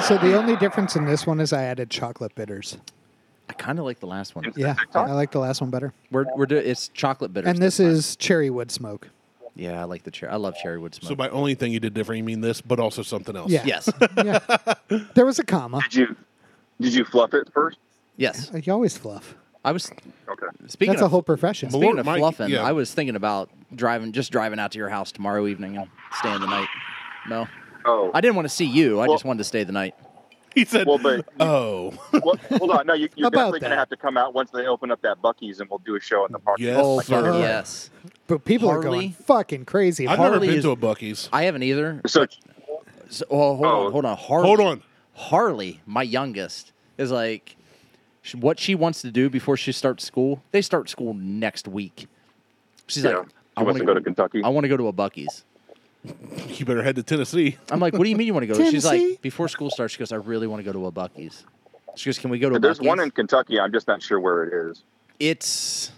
S3: So the only difference in this one is I added chocolate bitters.
S2: I kind of like the last one.
S3: Yeah, I like the last one better.
S2: We're we're do- it's chocolate bitters.
S3: And this is cherry wood smoke.
S2: yeah, I like the cherry. I love cherry wood
S1: So
S2: smoke.
S1: by only thing you did different, you mean this, but also something else.
S3: Yeah.
S2: yes,
S3: Yeah. there was a comma.
S12: Did you did you fluff it first?
S2: yes.
S3: You always fluff.
S2: I was
S12: Okay.
S2: speaking
S3: that's a
S2: of
S3: whole profession.
S1: Well,
S2: speaking
S1: Lord,
S2: of
S1: Mike,
S2: fluffing.
S1: yeah.
S2: I was thinking about driving, just driving out to your house tomorrow evening and staying the night. No,
S12: Oh,
S2: I didn't want to see you. I just wanted to stay the night.
S1: He said,
S12: well, but
S1: "Oh,
S12: well, hold on. No, you, you're
S3: About
S12: definitely gonna
S3: that.
S12: have to come out once they open up that Bucky's, and we'll do a show in the park.
S1: yes,
S2: Oh,
S1: sir."
S2: yes.
S3: But people
S2: Harley-
S3: are going fucking crazy.
S1: I've
S3: Har-
S1: never
S2: Harley
S1: been
S2: is-
S1: to a Bucky's.
S2: I haven't either.
S12: So
S2: So, oh, hold
S12: Oh.
S2: on, hold on. Harley,
S1: Hold on.
S2: Harley, my youngest, is like sh- what she wants to do before she starts school. They start school next week. She's
S12: yeah,
S2: like,
S12: she
S2: I want
S12: wants to go to Kentucky.
S2: I want to go to a Bucky's.
S1: You better head to Tennessee.
S2: I'm like, what do you mean you want to go? She's
S3: Tennessee?
S2: like, before school starts, she goes, I really want to go to a Bucky's. She goes, can we go to a
S12: There's
S2: Bucky's?
S12: one in Kentucky. I'm just not sure where it is.
S2: it's,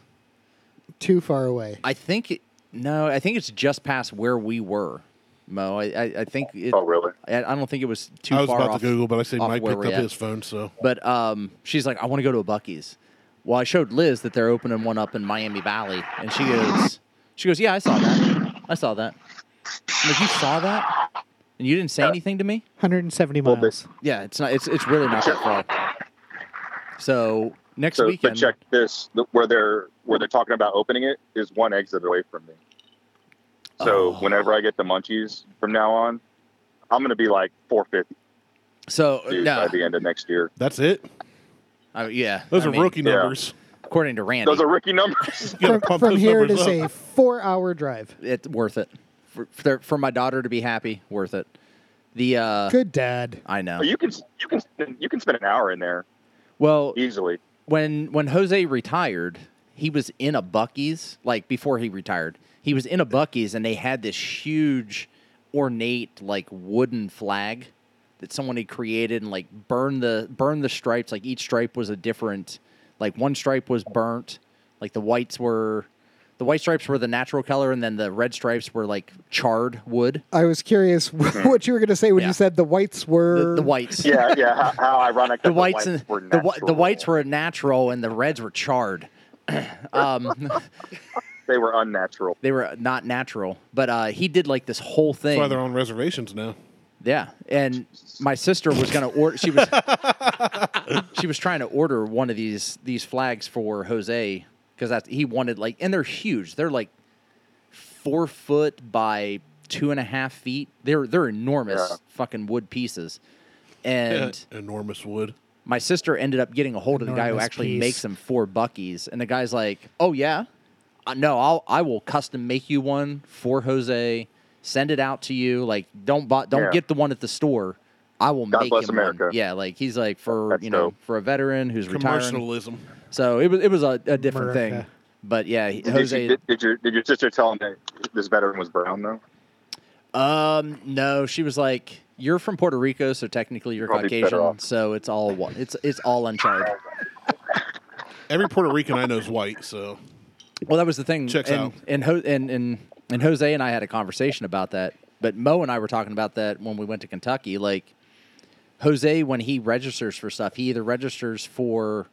S3: too far away.
S2: I think, it, no, I think it's just past where we were, Mo. I, I, I think it,
S12: Oh, really?
S2: I, I don't think it was too
S1: I was
S2: far
S1: about
S2: off-
S1: to Google, but I say
S2: off
S1: Mike
S2: where
S1: picked
S2: we're
S1: up
S2: at.
S1: his phone, so
S2: But um, she's like, I want to go to a Bucky's. Well, I showed Liz that they're opening one up in Miami Valley, and she goes, she goes, yeah, I saw that. I saw that. I'm like, you saw that, and you didn't say anything to me.
S3: 170
S12: Well, but-
S3: miles.
S2: Yeah, it's not. It's it's really not that far. So next
S12: So, but
S2: weekend,
S12: check this: the- where they're where they're talking about opening it is one exit away from me. So
S2: Oh.
S12: whenever I get the munchies from now on, I'm gonna be like 450
S2: so
S12: dude,
S2: no,
S12: by the end of next year.
S1: that's it.
S2: I- yeah,
S1: Those
S2: I
S1: are
S2: mean,
S1: rookie
S12: yeah.
S1: numbers.
S2: According to Randy,
S12: Those are rookie numbers.
S1: You gotta
S3: From,
S1: pump
S3: from
S1: those
S3: here, it
S1: numbers
S3: is
S1: up.
S3: a four hour drive.
S2: it's worth it. For, for for my daughter to be happy, worth it. The uh,
S3: Good dad.
S2: I know.
S12: Or you can you can you can spend an hour in there
S2: Well,
S12: easily.
S2: when when Jose retired, he was in a Bucky's. Like before he retired, he was in a Bucky's, and they had this huge, ornate like wooden flag that someone had created and like burned the burned the stripes. Like each stripe was a different. Like one stripe was burnt. Like the whites were. The white stripes were the natural color, and then the red stripes were like charred wood.
S3: I was curious what you were going to say when you said the whites were
S2: The, the whites,
S12: Yeah, yeah. How, how ironic. that
S2: the whites, and
S12: were
S2: the, whi- the
S12: natural.
S2: whites were natural, and the reds were charred. um,
S12: they were unnatural.
S2: they were not natural. But uh, he did like this whole thing.
S1: That's why they're on reservations now.
S2: Yeah, and my sister was gonna order. She was she was trying to order one of these these flags for Jose because that's he wanted like, and they're huge. They're like four foot by two and a half feet. They're they're enormous
S1: Yeah.
S2: fucking wood pieces. And
S1: enormous wood.
S2: my sister ended up getting a hold of the guy who
S1: Enormous
S2: actually
S1: piece.
S2: makes them four buckies, and the guy's like, "Oh yeah, uh, no, I'll I will custom make you one for Jose, send it out to you. Like, don't buy, don't
S12: Yeah.
S2: get the one at the store. I will
S12: God
S2: make
S12: bless
S2: him
S12: America.
S2: one. Yeah, like he's like for
S12: That's
S2: you know
S12: dope.
S2: for a veteran who's retiring.
S1: Commercialism.
S2: So it was it was a, a different thing,
S12: America.
S2: but yeah, he-
S12: Did,
S2: Jose.
S12: you, did, did your did your sister tell him that this veteran was brown though?
S2: um, no, she was like, "You're from Puerto Rico, so technically you're
S12: Probably better
S2: Caucasian,
S12: off.
S2: so it's all one. It's it's all uncharted."
S1: Every Puerto Rican I know is white, so
S2: Well, that was the thing.
S1: Checks
S2: and,
S1: out.
S2: And, Ho- and and and Jose and I had a conversation about that. But Mo and I were talking about that when we went to Kentucky. Like Jose, when he registers for stuff, he either registers for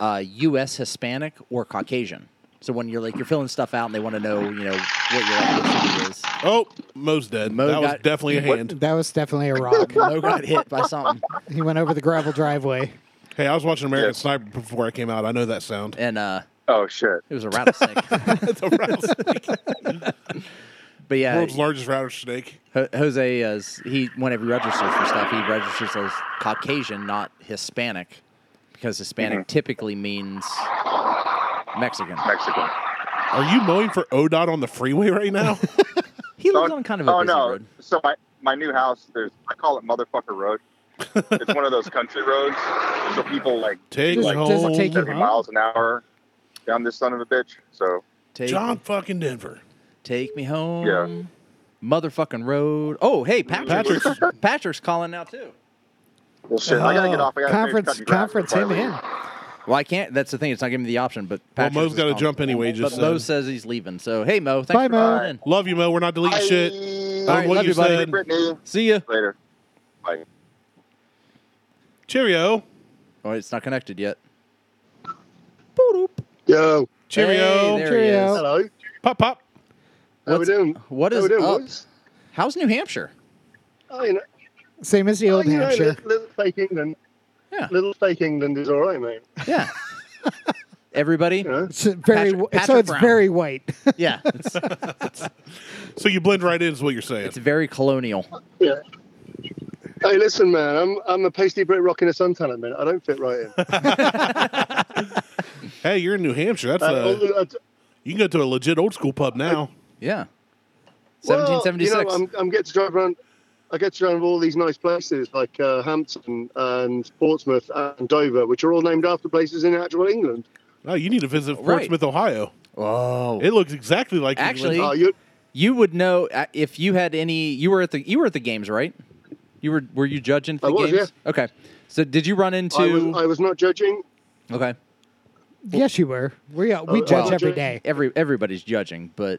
S2: uh, U.S. Hispanic or Caucasian. So when you're like you're filling stuff out and they want to know, you know, what your ethnicity is.
S1: Oh, Mo's dead.
S2: Mo
S1: that was
S2: got-
S1: definitely a
S2: What?
S1: hand.
S3: That was definitely a rock.
S2: Mo got hit by something,
S3: he went over the gravel driveway.
S1: Hey, I was watching American Sniper before I came out. I know that sound.
S2: and uh,
S12: Oh shit!
S2: it was a rattlesnake.
S1: it's a rattlesnake.
S2: But yeah,
S1: World's largest rattlesnake.
S2: Ho- Jose is he whenever he registers for stuff, he registers as Caucasian, not Hispanic, because Hispanic
S12: Mm-hmm.
S1: Mhm.
S2: typically means Mexican.
S12: Mexican.
S1: Are you mowing for ODOT on the freeway right now?
S2: He lives on kind of a
S12: oh
S2: busy
S12: no!
S2: road.
S12: So my my new house, there's I call it motherfucker road. it's one of those country roads, so people like
S1: Take
S12: like
S1: Just- just home. take you
S12: 70
S1: home?
S12: miles an hour down this son of a bitch. So
S2: Take,
S1: John fucking Denver.
S2: take me home,
S12: Yeah.
S2: motherfucking road. Oh, hey, Patrick's Patrick's calling now too.
S12: well, shit. I gotta get
S3: Oh,
S12: off. I gotta finish
S3: conference,
S12: cutting grass
S3: conference
S12: before I
S3: him
S12: leave.
S3: in.
S2: Well, I can't. That's the thing. It's not giving me the option. But Patrick's
S1: Mo's
S2: is
S1: gotta
S2: calling.
S1: jump anyway, just
S2: but Mo
S1: said.
S2: says he's leaving. So hey, Mo, thanks
S3: Bye,
S2: for
S3: Mo.
S2: calling in.
S1: Love you, Mo. We're not deleting shit.
S2: All
S1: Love
S2: right,
S1: what
S2: love
S1: you
S2: you, buddy.
S1: said.
S12: Brittany.
S2: See ya.
S12: Later. Bye.
S1: Cheerio.
S2: Oh, it's not connected yet.
S13: Yo.
S1: Cheerio.
S2: Hey, there he is.
S13: Hello.
S1: Pop pop.
S13: How we
S2: What's-
S13: doing?
S2: What
S13: How
S2: is
S13: we doing,
S2: up?
S13: boys?
S2: How's New Hampshire?
S13: Oh, you know,
S3: Same as the
S13: oh,
S3: old
S13: you know,
S3: Hampshire.
S13: little, little fake England.
S2: Yeah.
S13: Little fake England is all right, mate.
S2: Yeah. Everybody.
S3: It's very
S2: Patrick-
S3: wh- so
S2: Patrick
S3: it's
S2: Brown.
S3: very white.
S2: Yeah. It's,
S1: So you blend right in, is what you're saying.
S2: it's very colonial.
S13: Yeah. Hey, listen, man. I'm I'm a pasty Brit rocking a suntan at the minute. I don't fit right in.
S1: Hey, you're in New Hampshire. That's
S13: Uh,
S1: uh,
S13: although I-
S1: you can go to a legit old school pub now.
S2: Yeah.
S13: Well, you know, I'm, I'm getting to drive around. I get to drive all these nice places like uh, Hampton and Portsmouth and Dover, which are all named after places in actual England.
S1: Oh, you need to visit
S13: Right.
S1: Portsmouth, Ohio.
S2: Oh,
S1: it looks exactly like
S2: Actually,
S1: England.
S13: Uh, you
S2: would know uh, if you had any. You were at the you were at the games, right? You were were you judging for
S13: I
S2: the
S13: was,
S2: games? Okay. So did you run into?
S13: I, was, I was not judging.
S2: okay.
S3: yes, you were. We uh, we
S2: Oh,
S3: judge
S2: well,
S3: every day.
S2: Every everybody's judging, but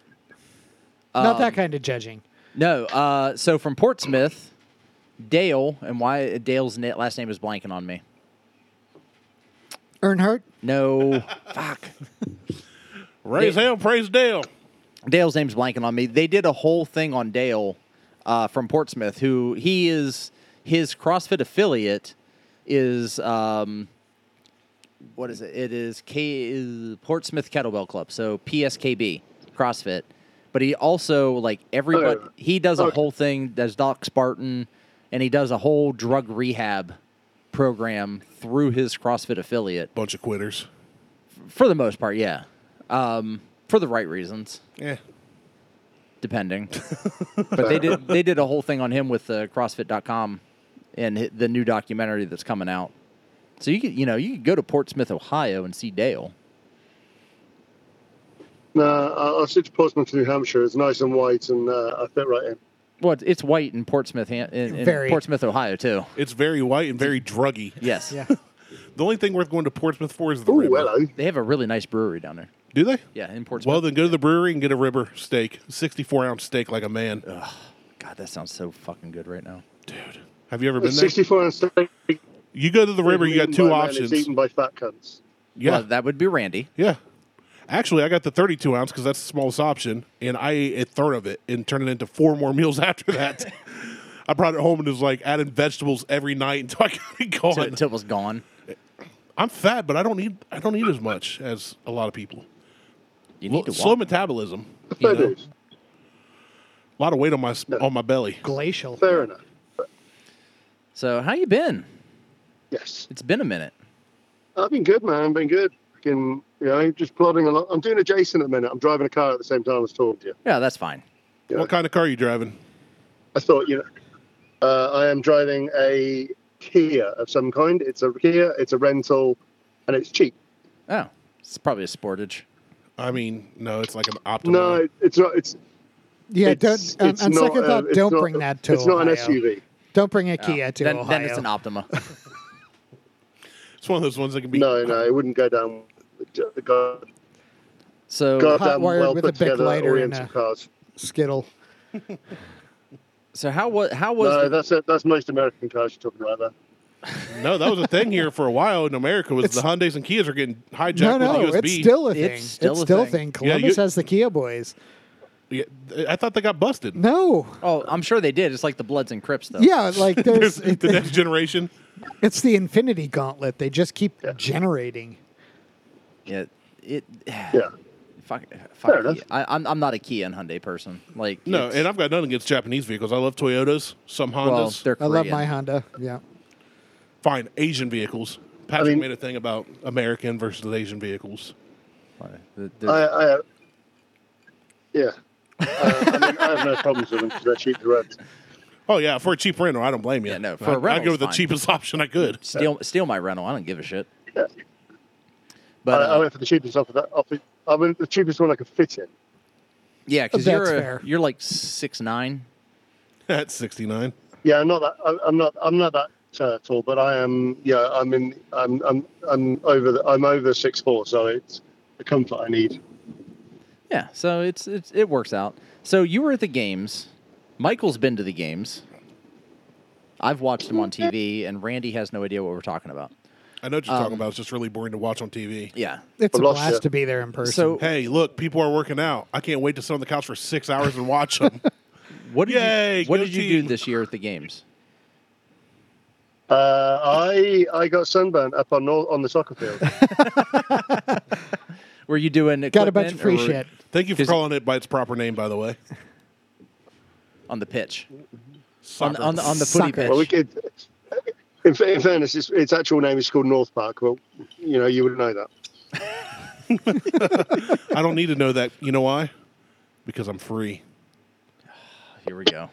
S3: Not
S2: um,
S3: that kind of judging.
S2: No. Uh, so from Portsmouth, Dale and why Dale's na- last name is blanking on me.
S3: Earnhardt.
S2: No, fuck.
S1: Raise hell, praise Dale.
S2: Dale's name's blanking on me. They did a whole thing on Dale uh, from Portsmouth, who he is his CrossFit affiliate is um, what is it? It is K is Portsmouth Kettlebell Club, so PSKB CrossFit. But he also like everybody.
S13: Oh,
S2: He does a
S13: okay.
S2: whole thing. Does Doc Spartan, and he does a whole drug rehab program through his CrossFit affiliate.
S1: Bunch of quitters,
S2: for the most part, yeah. Um, for the right reasons.
S1: Yeah.
S2: depending. but they did they did a whole thing on him with uh, CrossFit.com and hi- the new documentary that's coming out. So you could you know you could go to Portsmouth, Ohio, and see Dale.
S13: No, Uh, I- I've seen Portsmouth, New Hampshire. It's nice and white, and uh, I fit right in.
S2: Well, it's, it's white in Portsmouth, Han- in, in
S13: Very.
S2: Portsmouth, Ohio, too.
S1: It's very white and very druggy.
S2: Yes. Yeah.
S1: The only thing worth going to Portsmouth for is the ribber.
S2: They have a really nice brewery down there.
S1: Do they?
S2: Yeah, in Portsmouth.
S1: Well, then go to the brewery and get a ribber steak, sixty-four ounce steak, like a man.
S2: God, that sounds so fucking good right now.
S1: Have you ever been there?
S13: 64 and steak.
S1: You go to the river, you got
S13: Eaten
S1: two
S13: by men, it's
S1: options.
S13: eaten by fat cunts.
S1: Yeah,
S2: Well, that would be Randy.
S1: Yeah. Actually, I got the 32 ounce because that's the smallest option, and I ate a third of it and turned it into four more meals after that. I brought it home and was like adding vegetables every night until I got it gone.
S2: Until, until it was gone.
S1: I'm fat, but I don't need I don't eat as much as a lot of people.
S2: You
S1: need
S2: to
S1: slow
S2: walk.
S1: metabolism.
S13: Fair
S1: You know?
S13: dues.
S1: A lot of weight on my s- on my belly.
S3: Glacial.
S13: Fair enough.
S2: So, how you been?
S13: Yes.
S2: It's been a minute.
S13: I've been good, man. I've been good. Fucking, you know, just plodding along. I'm doing a Jason at the minute. I'm driving a car at the same time as talking to you.
S2: Yeah, that's fine.
S1: What kind of car are you driving?
S13: I thought, you know, uh, I am driving a Kia of some kind. It's a Kia. It's a rental, and it's cheap.
S2: Oh, it's probably a Sportage.
S1: I mean, no, it's like an Optima.
S13: No, it- it's not. It's
S3: Yeah,
S13: It's-
S3: don't. Um,
S13: it's
S3: on
S13: not,
S3: second
S13: uh,
S3: thought,
S13: it's
S3: don't
S13: not-
S3: bring that to.
S13: it's not an
S3: Ohio.
S13: SUV.
S3: Don't bring a
S2: Oh,
S3: Kia to
S2: then,
S3: Ohio.
S2: Then it's an Optima.
S1: It's one of those ones that can be.
S13: No, no, it wouldn't go down. The god,
S2: So,
S13: goddamn
S3: Hotwired
S13: well
S3: with a
S13: put
S3: Bic
S13: together
S3: lighter and
S13: Oriental
S3: a-
S13: cars.
S3: Skittle.
S2: so how was how was
S13: No,
S2: the-
S13: that's it. That's most American cars you're talking about. There.
S1: No, that was a thing here for a while in America. Was the Hyundais and Kias are getting
S3: No,
S1: hijacked
S3: no,
S1: with USB?
S3: it's still a thing. It's still, a, thing.
S1: Yeah,
S3: Columbus has the Kia boys.
S1: you- yeah, I thought they got busted.
S3: No,
S2: Oh, I'm sure they did. It's like the Bloods and Crips, though.
S3: yeah, like there's, it-
S1: the next generation.
S3: it's the Infinity Gauntlet. They just keep generating.
S2: Yeah, it.
S13: Yeah.
S2: Fuck. fuck
S3: enough.
S2: Kia. I, I'm I'm not a Kia and Hyundai person. Like
S1: No,
S2: it's-
S1: and I've got nothing against Japanese vehicles. I love Toyotas, some Hondas.
S2: Well, they're
S3: I love my Honda. Yeah,
S1: fine Asian vehicles. Patrick
S13: mean-
S1: made a thing about American versus Asian vehicles.
S13: I, uh, I, yeah. uh, I, mean, I have no problems with them because they're cheap to rent.
S1: Oh yeah, for a cheap rental, I don't blame you. Yeah, no,
S2: for a rental,
S1: I'd go with
S2: it's
S1: the
S2: fine.
S1: cheapest option I could.
S2: steal steal my rental. I don't give a shit.
S13: But
S2: But,
S13: I, I
S2: uh,
S13: went for the cheapest offer. That offer. I went for the cheapest one I could fit in.
S2: Yeah, because
S13: That's
S2: you're a,
S13: fair.
S2: you're like six nine.
S1: That's sixty nine.
S13: Yeah, I'm not that. I, I'm not. I'm not that uh, tall, but I am. Yeah, I'm in. I'm. I'm. I'm over. The, I'm over six four, so it's the comfort I need.
S2: Yeah, so it's, it's it works out. So you were at the games. Michael's been to the games. I've watched them on TV, and Randy has no idea what we're talking about.
S1: I know what you're
S2: Um,
S1: talking about. It's just really boring to watch on TV.
S2: Yeah,
S3: it's a blast to be there in person.
S2: So-
S1: hey, look, people are working out. I can't wait to sit on the couch for six hours and watch them.
S2: What did
S1: Yay,
S2: you What
S1: go
S2: did you
S1: team.
S2: do this year at the games?
S13: Uh, I I got sunburned up on nor- on the soccer field.
S2: Were you doing
S13: Got a bunch of free
S2: equipment, or
S1: Thank you for
S2: Is-
S1: calling it by its proper name, by the way.
S2: on the pitch?
S1: Soccer.
S2: on the- on the footy Soccer. pitch.
S13: Well, we could, in, fa- in fairness, its, its actual name is called North Park. Well, you know, you would know that.
S1: I don't need to know that. You know why? Because I'm free.
S2: Here we go.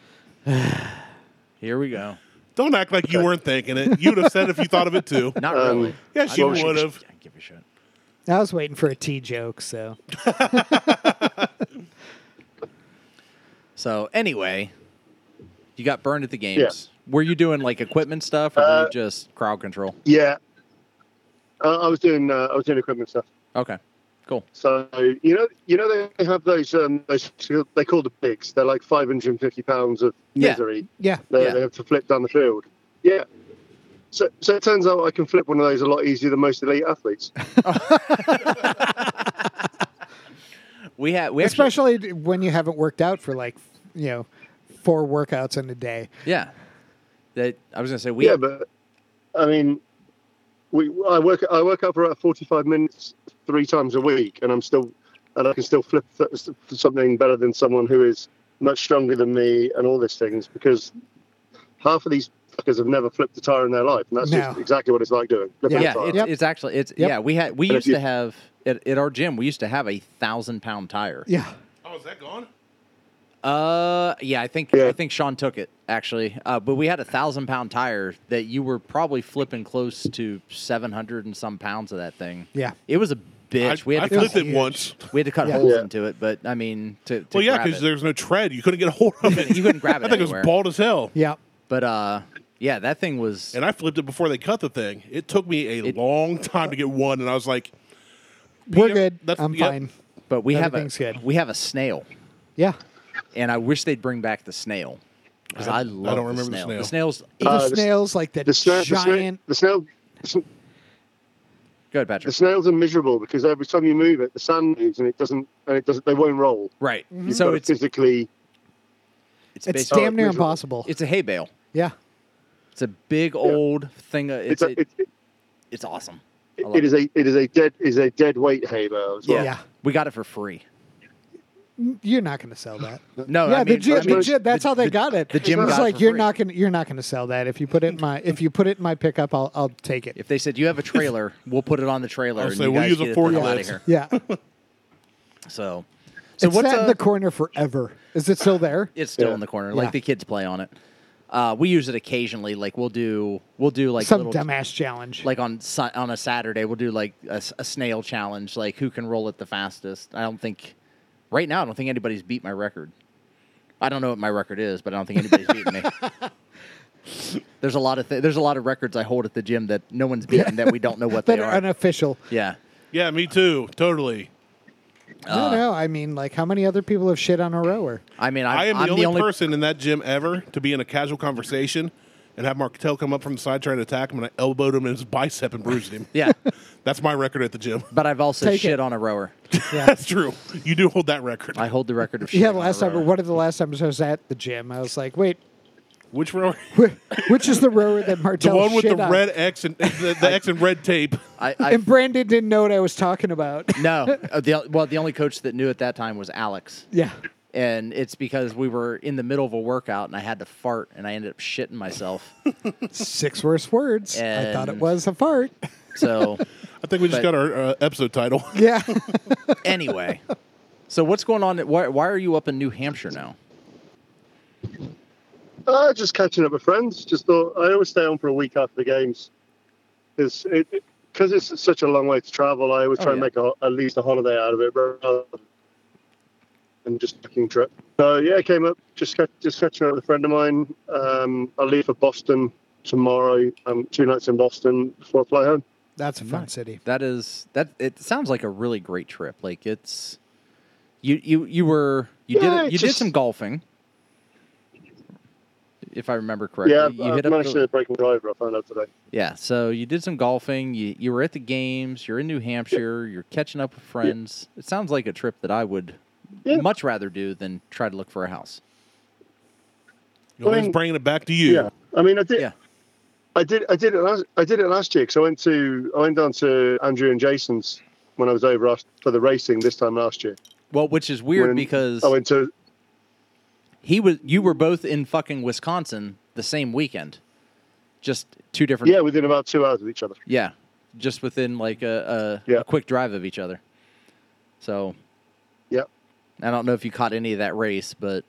S2: Here we go.
S1: Don't act like you weren't thinking it. You would have said if you thought of it too.
S2: Not
S13: Um,
S2: really.
S1: Yes,
S2: I
S1: you
S2: don't give a
S1: would
S2: shit.
S1: have.
S2: I don't give a shit.
S3: I was waiting for a T joke. So
S2: So anyway, you got burned at the games. Were you doing like equipment stuff, or
S13: Uh,
S2: were you just crowd control?
S13: Yeah, uh, I was doing uh, I was doing equipment stuff.
S2: Okay, cool.
S13: So you know, you know they have those. Um, those they call the bigs. They're like 550 pounds of
S2: Yeah.
S13: misery.
S3: Yeah.
S13: They,
S2: Yeah.
S13: they have to flip down the field. Yeah. So, so it turns out I can flip one of those a lot easier than most elite athletes.
S2: We had we actually,
S3: especially d- when you haven't worked out for like you know four workouts in a day.
S2: yeah. That I was gonna say we
S13: yeah, but I mean, we I work I work out for about 45 minutes three times a week, and I'm still and I can still flip th- something better than someone who is much stronger than me and all these things because half of these fuckers have never flipped a tire in their life, and that's
S2: No.
S13: just exactly what it's like doing. flipping a
S2: yeah,
S13: tire.
S2: it's, it's actually it's
S13: Yep.
S2: yeah we had we
S13: And if
S2: used
S13: you-
S2: to have at, at our gym we used to have a thousand pound tire.
S3: Yeah.
S1: Oh, is that gone?
S2: Uh, yeah, I think I think Sean took it actually. Uh, but we had a thousand pound tire that you were probably flipping close to seven hundred and some pounds of that thing.
S3: Yeah.
S2: it was a bitch.
S1: I-
S2: we had
S1: I
S2: to cut
S1: flipped it once.
S2: We had to cut
S1: Yeah.
S2: holes
S1: Yeah.
S2: into it, but I mean, to, to
S1: well, yeah,
S2: grab
S1: because
S2: it.
S1: there's no tread. You couldn't get a hold of it.
S2: you couldn't grab it.
S1: I think it
S2: anywhere.
S1: was bald as hell.
S3: Yeah.
S2: But uh, yeah, that thing was.
S1: And I flipped it before they cut the thing. It took me a long time to get one, and I was like,
S3: We're good. I'm
S1: yep.
S3: fine.
S2: But we have a
S3: Everything's
S2: we have a snail, Uh,
S3: Yeah.
S2: and I wish they'd bring back the snail because I, love
S1: don't
S2: the
S1: remember the
S2: snail.
S1: snail.
S2: snail's
S3: the snails like that
S13: The snail,
S3: giant.
S13: the snail, the snail,
S2: Go ahead, Patrick.
S13: the snails are miserable because every time you move it, the sand moves and it doesn't, and it doesn't, they won't roll.
S2: Right.
S13: You've
S2: So
S13: got to
S2: it's
S13: physically.
S2: it's,
S3: Mm-hmm. It's
S2: basically-
S3: damn near impossible.
S2: It's a hay bale.
S3: Yeah.
S2: It's a big old thing. uh, It's
S13: It's a-
S2: it- it's awesome. I love
S13: It is a it is a dead is a dead weight hay bale as well.
S2: Yeah. We got it for free.
S3: You're not going to sell that.
S2: No,
S3: yeah,
S2: I
S3: the
S2: mean-
S3: gym,
S2: I mean-
S3: the gym- that's how they
S2: the-
S3: got it.
S2: the gym
S3: It was
S2: got it
S3: like
S2: for
S3: you're
S2: free.
S3: not going to you're not going to sell that. If you put it in my if you put it in my pickup, I'll I'll take it.
S2: If they said you have a trailer, we'll put it on the trailer.
S1: I'll
S2: and
S1: say,
S2: you
S1: we'll
S2: guys
S1: use a
S2: get the hell out
S1: forklift.
S2: of here.
S3: Yeah.
S2: So,
S3: So
S2: so
S3: it's
S2: what's
S3: sat
S2: uh,
S3: in the corner forever. Is it still there?
S2: It's still in the corner. Like
S3: Yeah.
S2: the kids play on it. Uh, we use it occasionally. Like we'll do, we'll do like
S3: Some
S2: little,
S3: dumbass challenge.
S2: Like on Su- on a Saturday, we'll do like a, s- a snail challenge. Like who can roll it the fastest? I don't think right now. I don't think anybody's beat my record. I don't know what my record is, but I don't think anybody's beaten me. There's a lot of th- there's a lot of records I hold at the gym that no one's beaten that we don't know what they
S3: that are
S2: are.
S3: unofficial.
S2: Yeah.
S1: Yeah, me too. Totally. Uh,
S3: no, no. I mean, like, how many other people have shit on a rower?
S2: I mean,
S1: I am the only, person in that gym ever to be in a casual conversation and have Marketel come up from the side trying to attack him, and I elbowed him in his bicep and bruised him.
S2: Yeah.
S1: That's my record at the gym.
S2: But I've also
S3: Take
S2: shit
S3: it.
S2: on a rower.
S1: That's true. You do hold that record.
S2: I hold the record of shit.
S3: Yeah, last time, one of the last times I was at the gym, I was like, wait,
S1: Which rower?
S3: which is the rower that
S1: The
S3: Martel
S1: one with
S3: shit
S1: the
S3: on?
S1: red X and the, the X and red tape.
S2: I,
S3: and Brandon didn't know what I was talking about.
S2: No, Uh, the, well, the only coach that knew at that time was Alex,
S3: Yeah.
S2: and it's because we were in the middle of a workout and I had to fart and I ended up shitting myself.
S3: Six worst words. I thought it
S2: And-
S3: was a fart.
S2: So
S1: I think we just
S2: But-
S1: got our uh, episode title.
S3: Yeah.
S2: anyway, so what's going on? Why, why are you up in New Hampshire now?
S13: Uh, just catching up with friends. Just thought I always stay on for a week after the games. Because it, it- 'cause it's such a long way to travel, I always
S2: Oh,
S13: try and
S2: yeah.
S13: make a, at least a holiday out of it rather than just a fucking trip. So yeah, I came up just ca- just catching up with a friend of mine. Um, I leave for Boston tomorrow. Um, two nights in Boston before I fly home.
S3: That's a fun city.
S2: That is that. It sounds like a really great trip. Like it's you you you were you
S13: Yeah,
S2: did you
S13: it's
S2: did
S13: just-
S2: some golfing, if I remember correctly.
S13: yeah,
S2: you
S13: I
S2: hit
S13: have
S2: up
S13: managed
S2: the-
S13: to break my driver. I found out today.
S2: Yeah, so you did some golfing. You you were at the games. You're in New Hampshire. You're catching up with friends. It sounds like a trip that I would much rather do than try to look for a house.
S1: You know,
S13: I
S1: he's
S13: mean-
S1: bringing it back to you.
S13: Yeah, I mean, I did.
S2: Yeah.
S13: I did. I did it. Last, I did it last year because I went to. I went down to Andrew and Jason's when I was over us- for the racing this time last year.
S2: Well, which is weird
S13: When oh,
S2: because
S13: I went to.
S2: he was you were both in fucking Wisconsin the same weekend, just two different.
S13: Yeah, within about two hours of each other.
S2: yeah, just within like a a, a quick drive of each other. So
S13: Yeah.
S2: I don't know if you caught any of that race, but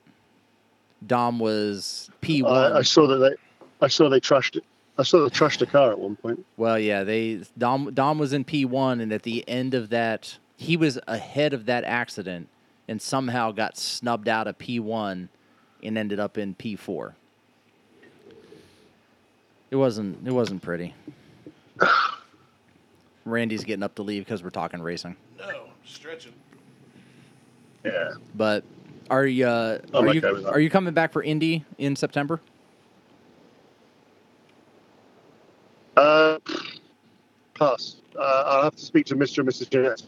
S2: Dom was P one.
S13: I, I saw that they. I saw they trashed it. I saw they trashed a car at one point.
S2: Well, yeah, they Dom Dom was in P one, and at the end of that, he was ahead of that accident, and somehow got snubbed out of P one, and ended up in P four. It wasn't. It wasn't pretty. Randy's getting up to leave because we're talking racing.
S1: No, stretching.
S13: Yeah.
S2: But are you uh,
S13: I'm
S2: are
S13: okay
S2: you
S13: with that.
S2: are you coming back for Indy in September?
S13: Uh, pass. Uh, I'll have to speak to Mr. and Mrs. Jeanette.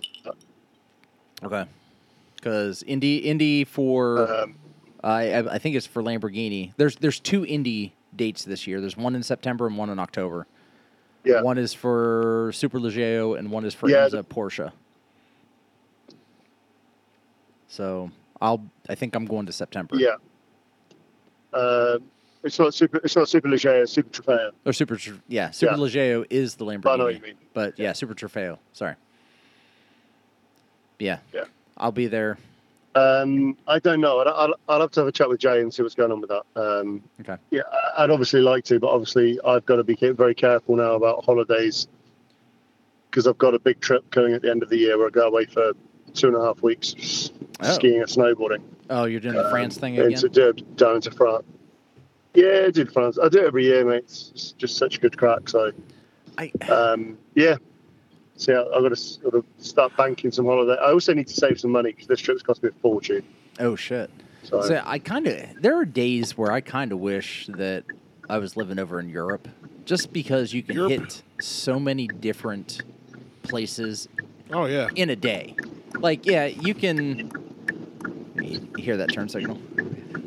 S2: Okay. Because Indy, Indy for,
S13: Um,
S2: I I I think it's for Lamborghini. There's there's two Indy dates this year. There's one in September and one in October.
S13: Yeah.
S2: One is for Superleggero and one is for
S13: Yeah,
S2: IMSA Porsche. So I'll I think I'm going to September.
S13: Yeah. Um, it's not super. It's not super leger. It's super trofeo.
S2: Or Super Tr- yeah
S13: Yeah.
S2: Superleggero is the Lamborghini.
S13: I know what you mean.
S2: But yeah, Super Trofeo. Sorry. Yeah.
S13: Yeah.
S2: I'll be there.
S13: Um, I don't know. I'd, I'll, I'll have to have a chat with Jay and see what's going on with that. Um,
S2: okay.
S13: Yeah, I- I'd obviously like to, but obviously I've got to be ca- very careful now about holidays because I've got a big trip coming at the end of the year where I go away for two and a half weeks skiing and snowboarding.
S2: Oh, you're
S13: Um,
S2: doing the France thing again?
S13: Into, do- down into France. Yeah, I did France. I do it every year, mate. It's it's just such good crack. So, um, yeah. So yeah, I've got to sort of start banking some holiday. I also need to save some money because this trip's cost me a fortune.
S2: Oh shit.
S13: So,
S2: So I kind of there are days where I kind of wish that I was living over in Europe, just because you can hit so many different places.
S1: Oh yeah.
S2: In a day, like yeah, you can let me hear that turn signal.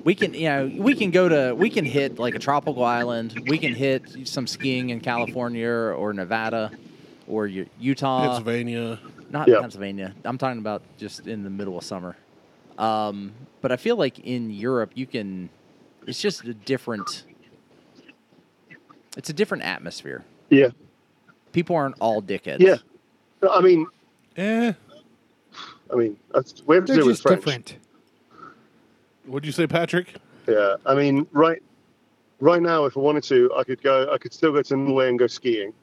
S2: We can, you know, we can go to, we can hit like a tropical island. We can hit some skiing in California or Nevada or U- Utah,
S13: Uh,
S1: Pennsylvania.
S2: Not
S1: Yeah.
S2: Pennsylvania. I'm talking about just in the middle of summer. Um, but I feel like in Europe, you can. It's just a different. It's a different atmosphere.
S13: Yeah.
S2: People aren't all dickheads.
S13: yeah. I mean,
S1: yeah.
S13: I mean, that's, we have to
S1: They're
S13: do with
S1: just
S13: French.
S1: different. What'd you say, Patrick?
S13: Yeah, I mean, right, right now, if I wanted to, I could go. I could still go to Norway and go skiing.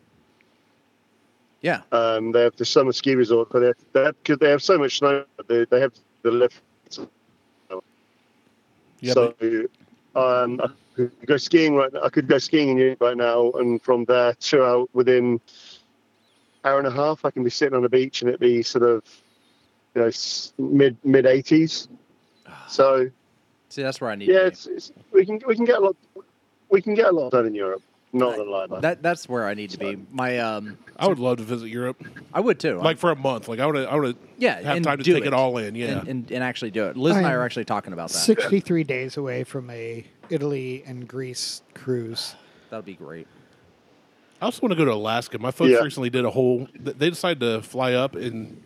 S2: Yeah.
S13: Um, they have the summer ski resort, but they have, they have, 'cause they have so much snow. They, they have the lift. so, um, I could go skiing right. I could go skiing in Europe right now, and from there to out within hour and a half, I can be sitting on a beach, and it'd be sort of, you know, s- mid mid eighties. So
S2: See, that's where I need.
S13: yeah,
S2: to be.
S13: it's, it's, we can we can get a lot we can get a lot done in Europe. Not gonna lie, man.
S2: That that's where I need to be. My um,
S1: I would love to visit Europe.
S2: I would too.
S1: Like for a month. Like I would. I would.
S2: yeah,
S1: Have
S2: and
S1: time to
S2: do
S1: take it. all in. Yeah.
S2: and, and, and actually do it. Liz and I are actually talking about that.
S3: 63 days away from a Italy and Greece cruise.
S2: That'd be great.
S1: I also want to go to Alaska. My folks
S3: Yeah.
S1: recently did a whole. th- They decided to fly up and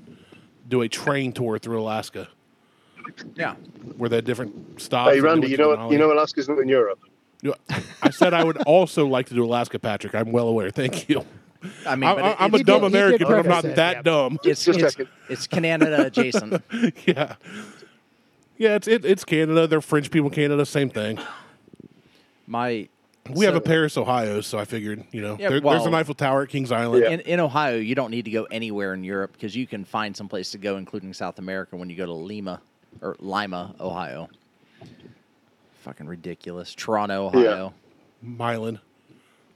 S1: do a train tour through Alaska,
S2: Yeah.
S1: where they had different stops.
S13: Hey
S1: and
S13: Randy,
S1: they
S13: you
S1: went to
S13: know you know Alaska's not in Europe.
S1: Denali. You know, I said I would also like to do Alaska, Patrick. I'm well aware. Thank you.
S2: I mean,
S1: I,
S2: but
S1: I,
S2: it-
S1: I'm
S2: he
S1: a
S2: did-
S1: dumb
S2: he did
S1: American, but I'm
S2: preface
S1: not
S2: it,
S1: that
S2: yeah.
S1: dumb.
S2: It's it's, it's Canada adjacent.
S1: yeah. Yeah, it's it, it's Canada. They're French people in Canada. Same thing.
S2: My
S1: we have a
S2: so-
S1: Paris, Ohio, so I figured you know
S2: Yeah,
S1: there, there's
S2: well-
S1: an Eiffel Tower at Kings Island.
S2: In, in Ohio, you don't need to go anywhere in Europe because you can find some place to go, including South America, when you go to Lima or Lima, Ohio. Fucking ridiculous. Toronto, Ohio.
S1: Milan.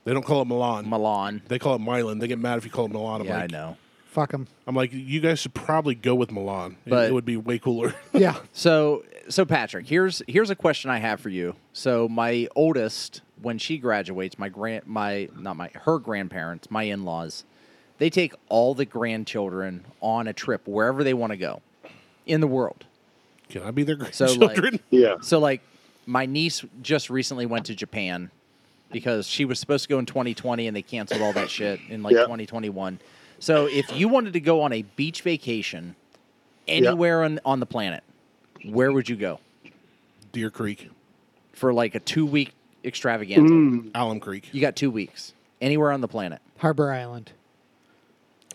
S1: They don't call it Milan.
S2: Milan.
S1: They call it Milan. They get mad if you call it Milan. I'm
S2: Yeah, I
S1: like,
S2: know.
S3: Fuck them.
S1: I'm like, you guys should probably go with Milan. It-
S2: But-
S1: it would be way cooler.
S3: Yeah.
S2: So, so Patrick, here's here's a question I have for you. So, my oldest, when she graduates, my grand, my not my her grandparents, my in laws, they take all the grandchildren on a trip wherever they want to go in the world.
S1: Can I be their
S2: So
S1: grandchildren?
S2: like,
S13: yeah.
S2: So like, my niece just recently went to Japan because she was supposed to go in 2020 and they canceled all that shit in like
S13: Yeah.
S2: 2021. So if you wanted to go on a beach vacation
S1: Yeah.
S2: anywhere on on the planet, where would you go
S1: Deer Creek
S2: for like a two week extravaganza?
S1: Mm. Alum Creek.
S2: You got two weeks anywhere on the planet.
S3: Harbor Island.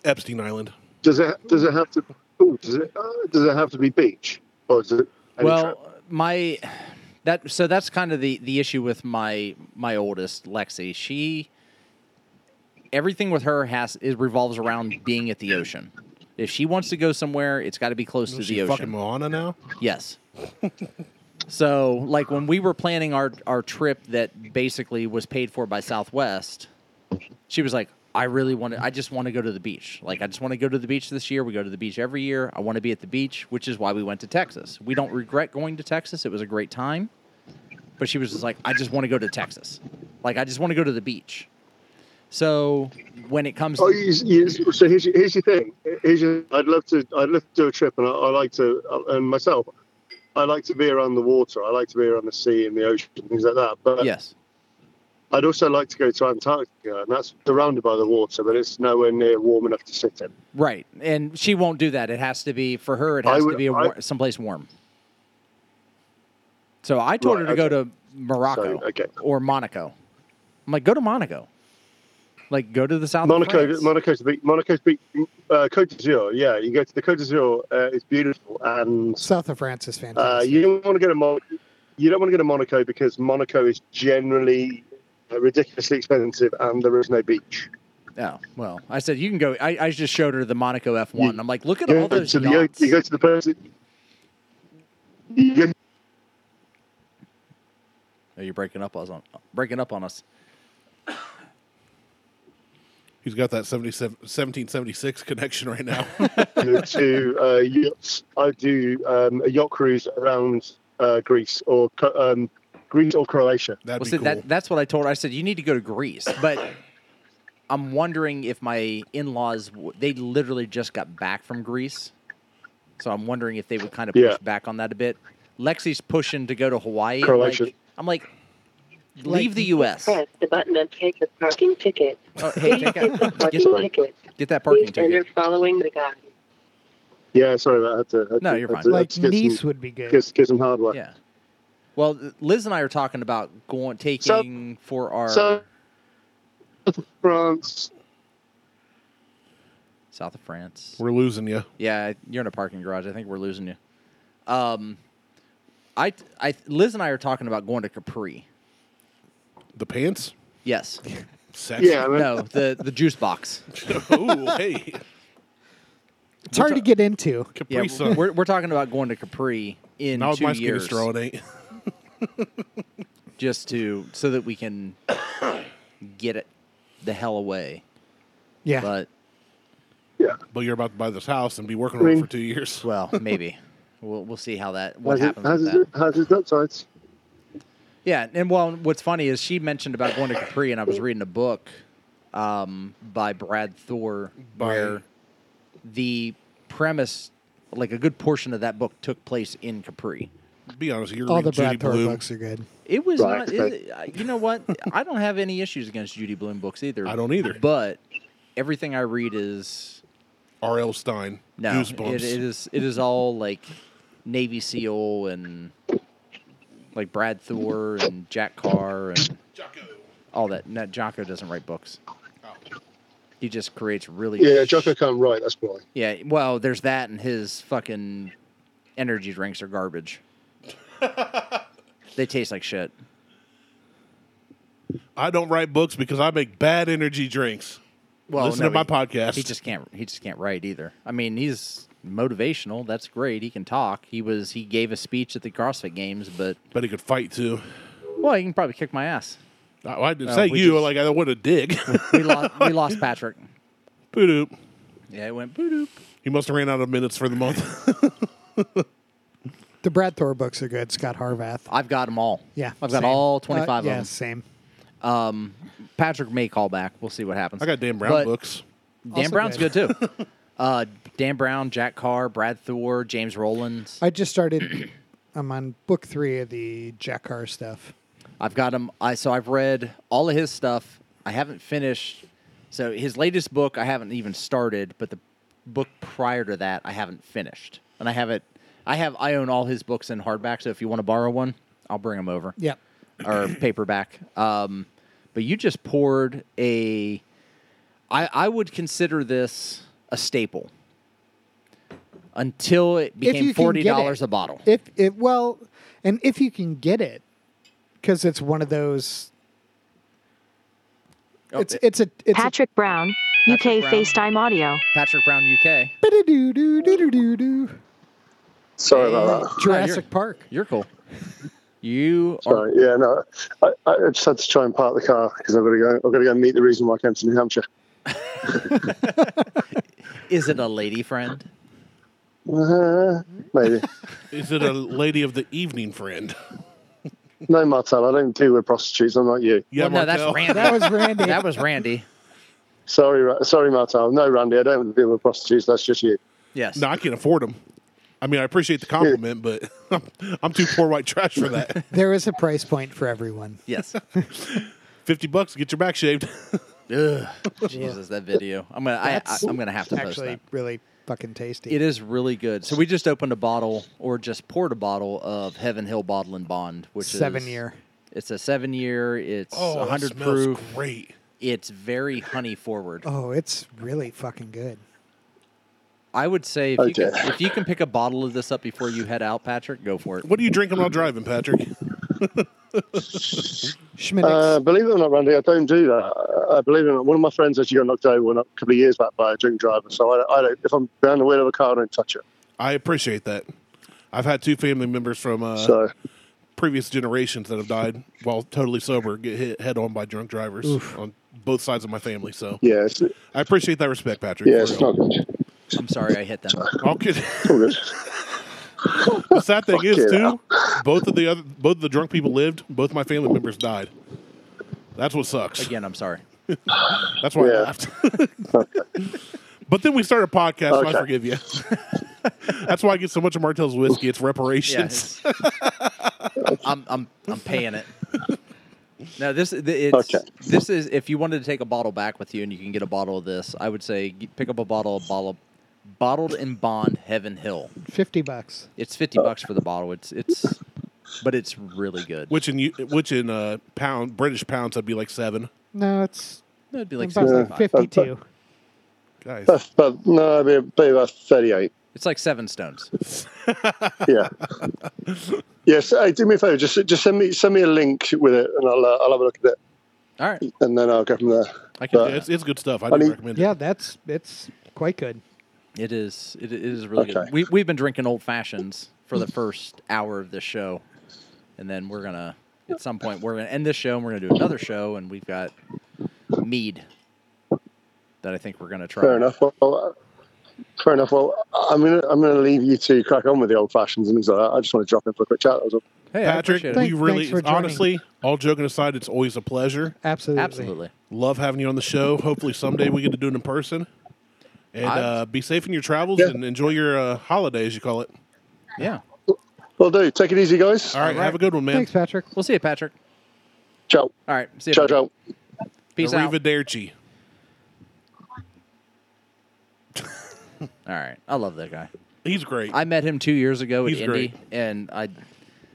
S1: Epstein Island.
S13: Does it does it have to ooh, does it uh, does it have to be beach or is it any
S2: well,
S13: trip?
S2: my that so that's kind of the the issue with my my oldest Lexi. She everything with her has is revolves around being at the ocean. If she wants to go somewhere, it's got to be close to
S1: Is she
S2: the
S1: fucking
S2: ocean.
S1: Moana now?
S2: Yes. so, like when we were planning our our trip that basically was paid for by Southwest, she was like, "I really want to. I just want to go to the beach. Like, I just want to go to the beach this year. We go to the beach every year. I want to be at the beach, which is why we went to Texas. We don't regret going to Texas. It was a great time." But she was just like, "I just want to go to Texas. Like, I just want to go to the beach." So, when it comes
S13: Oh,
S2: to
S13: you, you, so here's your, here's your thing. Here's your, I'd love to I'd love to do a trip, and I, I like to and myself, I like to be around the water. I like to be around the sea and the ocean, things like that. But
S2: yes,
S13: I'd also like to go to Antarctica, and that's surrounded by the water, but it's nowhere near warm enough to sit in.
S2: Right, and she won't do that. It has to be for her. It
S13: I
S2: has to
S13: would-
S2: be a
S13: I-
S2: war- someplace warm. So I told
S13: Right,
S2: her to
S13: okay.
S2: go to Morocco
S13: So, okay.
S2: or Monaco. I'm like, go to Monaco. Like go to the south.
S13: Monaco,
S2: of France.
S13: Monaco's beat Monaco's beat uh, Côte d'Azur. Yeah, you go to the Côte d'Azur. Uh, it's beautiful, and
S3: South of France is
S13: uh,
S3: fantastic.
S13: you don't want to go to Mon- you don't want to go to Monaco because Monaco is generally uh, ridiculously expensive, and there is no beach.
S2: Oh well, I said you can go. I, I just showed her the Monaco F one. I'm like, look at
S13: You
S2: all
S13: go
S2: those
S13: to the- you,
S2: yachts.
S13: go to the person. You go
S2: Oh, you're breaking up us on breaking up on us.
S1: He's got that 77 1776 connection right now.
S13: go to uh, yachts. I do um, a yacht cruise around uh, Greece or Co- um, Greece or Croatia.
S1: That'd
S2: well, see, that, that's what I told her. I said you need to go to Greece, but I'm wondering if my in-laws w- they literally just got back from Greece, so I'm wondering if they would kind of push
S13: Yeah.
S2: back on that a bit. Lexi's pushing to go to Hawaii. I'm
S13: Croatia.
S2: like- I'm like, leave the U.S.
S14: Press the button and take the parking ticket.
S2: Oh, hey, take
S14: Please take the
S2: Get,
S14: parking ticket.
S2: get that
S14: Please
S2: parking ticket.
S14: enter following the guide.
S13: Yeah, sorry, I had to. I had
S2: No,
S13: to-
S2: you're fine.
S13: had to- had
S2: Like
S13: to get
S2: Nice
S13: some-
S2: would be good.
S13: Get, get some hardware.
S2: Yeah. Well, Liz and I are talking about going taking for our
S13: So, France.
S2: south of France.
S1: We're losing you.
S2: Yeah, you're in a parking garage. I think we're losing you. Um, I, I, Liz and I are talking about going to Capri.
S1: The pants?
S2: Yes.
S1: Sexy. Yeah, man.
S2: no, the the juice box.
S1: oh, hey.
S3: It's hard to get into.
S2: Yeah, we're we're talking about going to Capri in
S1: Now
S2: two
S1: my skin
S2: years.
S1: is drawing eight.
S2: just to so that we can get it the hell away.
S3: Yeah.
S2: But
S1: But you're about to buy this house and be working
S13: I
S1: on it
S13: mean-
S1: for two years.
S2: Well, maybe. We'll we'll see how that what
S13: How's it,
S2: happens
S13: how's,
S2: with
S13: his,
S2: that.
S13: how's his nutsides?
S2: Yeah, and well, what's funny is she mentioned about going to Capri, and I was reading a book um, by Brad Thor where the premise, like a good portion of that book, took place in Capri.
S1: Be honest, you're
S3: All
S1: reading
S3: the Brad
S1: Judy
S3: Thor
S1: Blume.
S3: books are good.
S2: It was
S1: Right,
S2: not.
S1: okay.
S2: It, uh, you know what? I don't have any issues against Judy Blume books either.
S1: I don't either.
S2: But everything I read is
S1: R.L. Stein.
S2: no.
S1: Goosebumps.
S2: It, it is. It is all like Navy SEAL and like Brad Thor and Jack Carr and all that. No, Jocko doesn't write books. He just creates really.
S13: Yeah, Jocko can't write. That's why.
S2: Yeah, well, there's that, and his fucking energy drinks are garbage. they taste like shit.
S1: I don't write books because I make bad energy drinks.
S2: Well,
S1: Listen
S2: no,
S1: to my
S2: he-
S1: podcast.
S2: He just can't. He just can't write either. I mean, he's motivational. That's great. He can talk. He was. He gave a speech at the CrossFit Games, but
S1: but he could fight too.
S2: Well, he can probably kick my ass.
S1: I, I didn't
S2: Uh,
S1: say
S2: we
S1: you.
S2: just-
S1: like I want a dig.
S2: We lost. we lost Patrick.
S1: Boo-doop.
S2: Yeah, it went boo doop.
S1: He must have ran out of minutes for the month.
S3: The Brad Thor books are good. Scott Harvath.
S2: I've got them all.
S3: Yeah,
S2: I've
S3: same.
S2: got all
S3: Uh,
S2: 25 of
S3: yeah,
S2: them.
S3: same.
S2: Um, Patrick may call back. We'll see what happens.
S1: I got Dan Brown books.
S2: Dan
S3: Also
S2: Brown's
S3: good.
S2: good, too. uh, Dan Brown, Jack Carr, Brad Thor, James Rowlands.
S3: I just started. I'm on book three of the Jack Carr stuff.
S2: I've got him. I so I've read all of his stuff. I haven't finished. So his latest book I haven't even started, but the book prior to that I haven't finished, and I haven't. I have. I own all his books in hardback. So if you want to borrow one, I'll bring them over.
S3: Yep.
S2: Or paperback. Um, but you just poured a. I I would consider this a staple. Until it became
S3: you can
S2: forty
S3: get it.
S2: dollars a bottle.
S3: If it well, and if you can get it, because it's one of those.
S2: Oh,
S3: it's it's a it's
S15: Patrick Brown, UK
S2: Brown.
S15: FaceTime audio.
S2: Patrick Brown UK.
S3: a doo doo doo doo doo.
S13: Sorry about that.
S3: Jurassic Park.
S2: You're cool. You
S13: Sorry. Yeah, no. I, I just had to try and park the car because I've got to go. I've got to go and meet the reason why I came to New Hampshire.
S2: Is it a lady friend?
S13: Uh, maybe.
S1: Is it a lady of the evening friend?
S13: no, Martel. I don't deal with prostitutes. I'm not you.
S1: Yeah,
S2: well, no, that's
S1: Markel.
S2: Randy.
S3: That was Randy.
S2: that was Randy.
S13: Sorry, Ra- sorry, Martel. No, Randy. I don't deal with prostitutes. That's just you.
S2: Yes.
S1: No, I can't afford them. I mean, I appreciate the compliment, but I'm, I'm too poor white trash for that.
S3: There is a price point for everyone.
S2: Yes.
S1: Fifty bucks, get your back shaved.
S2: Ugh, Jesus, that video. I'm gonna. I, I,
S3: That's
S2: I'm gonna have to post
S3: actually
S2: that.
S3: really fucking tasty.
S2: It is really good. So we just opened a bottle, or just poured a bottle of Heaven Hill Bottle and Bond, which is
S3: Seven year.
S2: It's a seven year. It's
S1: Oh, that
S2: 100
S1: smells
S2: proof.
S1: great.
S2: It's very honey forward.
S3: Oh, it's really fucking good.
S2: I would say if, you
S3: Okay.
S2: can, if you can pick a bottle of this up before you head out, Patrick, go for it.
S1: What are you drinking while driving, Patrick?
S13: Uh, believe it or not, Randy, I don't do that. Uh, believe it or not, one of my friends actually got knocked over a couple of years back by a drink driver. So I, I don't, if I'm behind the wheel of a car, I don't touch it.
S1: I appreciate that. I've had two family members from uh,
S13: So-
S1: previous generations that have died while totally sober get hit head on by drunk drivers
S13: Oof.
S1: on both sides of my family. So
S13: Yeah, it's,
S1: I appreciate that respect, Patrick.
S13: yeah,
S1: for
S13: it's
S1: real.
S13: not good.
S2: I'm sorry I hit them.
S1: All good.
S13: good.
S1: the sad thing is
S13: Fucking
S1: too, both of the other both of the drunk people lived. Both my family members died. That's what sucks.
S2: Again, I'm sorry.
S1: That's why I laughed. but then we start a podcast, so
S2: Okay.
S1: I forgive you. That's why I get so much of Martell's whiskey. It's reparations.
S2: Yes. I'm, I'm, I'm paying it. No, this th- it's this is if you wanted to take a bottle back with you and you can get a bottle of this, I would say g- pick up a bottle of bottle, bottled in bond Heaven Hill.
S3: 50 bucks.
S2: It's fifty bucks for the bottle. It's it's, but it's really good.
S1: Which in you, which in uh, pound British pounds, that'd be like seven.
S3: No, it's
S2: That'd be like
S3: about
S2: 65.
S3: 52.
S1: Guys.
S13: But, Uh, but no, it'd be, be about 38.
S2: It's like seven stones.
S13: Yeah. yes. Hey, do me a favor. Just just send me send me a link with it, and I'll uh, I'll have a look at it.
S2: All right.
S13: And then I'll go from there.
S1: I can.
S13: But-
S1: it's, it's good stuff. I,
S13: I
S1: do
S13: mean-
S1: recommend it.
S3: Yeah, that's it's quite good.
S2: It is. It, it is really
S13: Okay.
S2: good. We we've been drinking old fashions for the first hour of this show, and then we're gonna at some point we're gonna end this show and we're gonna do another show, and we've got mead that I think we're gonna try.
S13: Fair enough. Well, uh, fair enough. Well, I'm gonna I'm gonna leave you to crack on with the old fashions and things like that. I just want to drop in for a quick chat. That was all.
S2: Hey,
S1: Patrick,
S2: I
S1: we
S2: appreciate it.
S1: really honestly, all joking aside, it's always a pleasure.
S3: Absolutely.
S2: Absolutely.
S1: Love having you on the show. Hopefully someday we get to do it in person. And
S2: I-
S1: uh, be safe in your travels and enjoy your uh, holiday, as you call it.
S2: Yeah.
S13: Well, do take it easy, guys.
S1: All right, have a good one, man.
S3: Thanks, Patrick.
S2: We'll see you, Patrick.
S13: Ciao.
S2: All right. See you.
S13: Ciao,
S2: buddy.
S13: ciao.
S2: Peace out.
S1: Arrivederci.
S2: All right. I love that guy.
S1: He's great.
S2: I met him two years ago at
S1: He's
S2: Indy,
S1: great.
S2: and I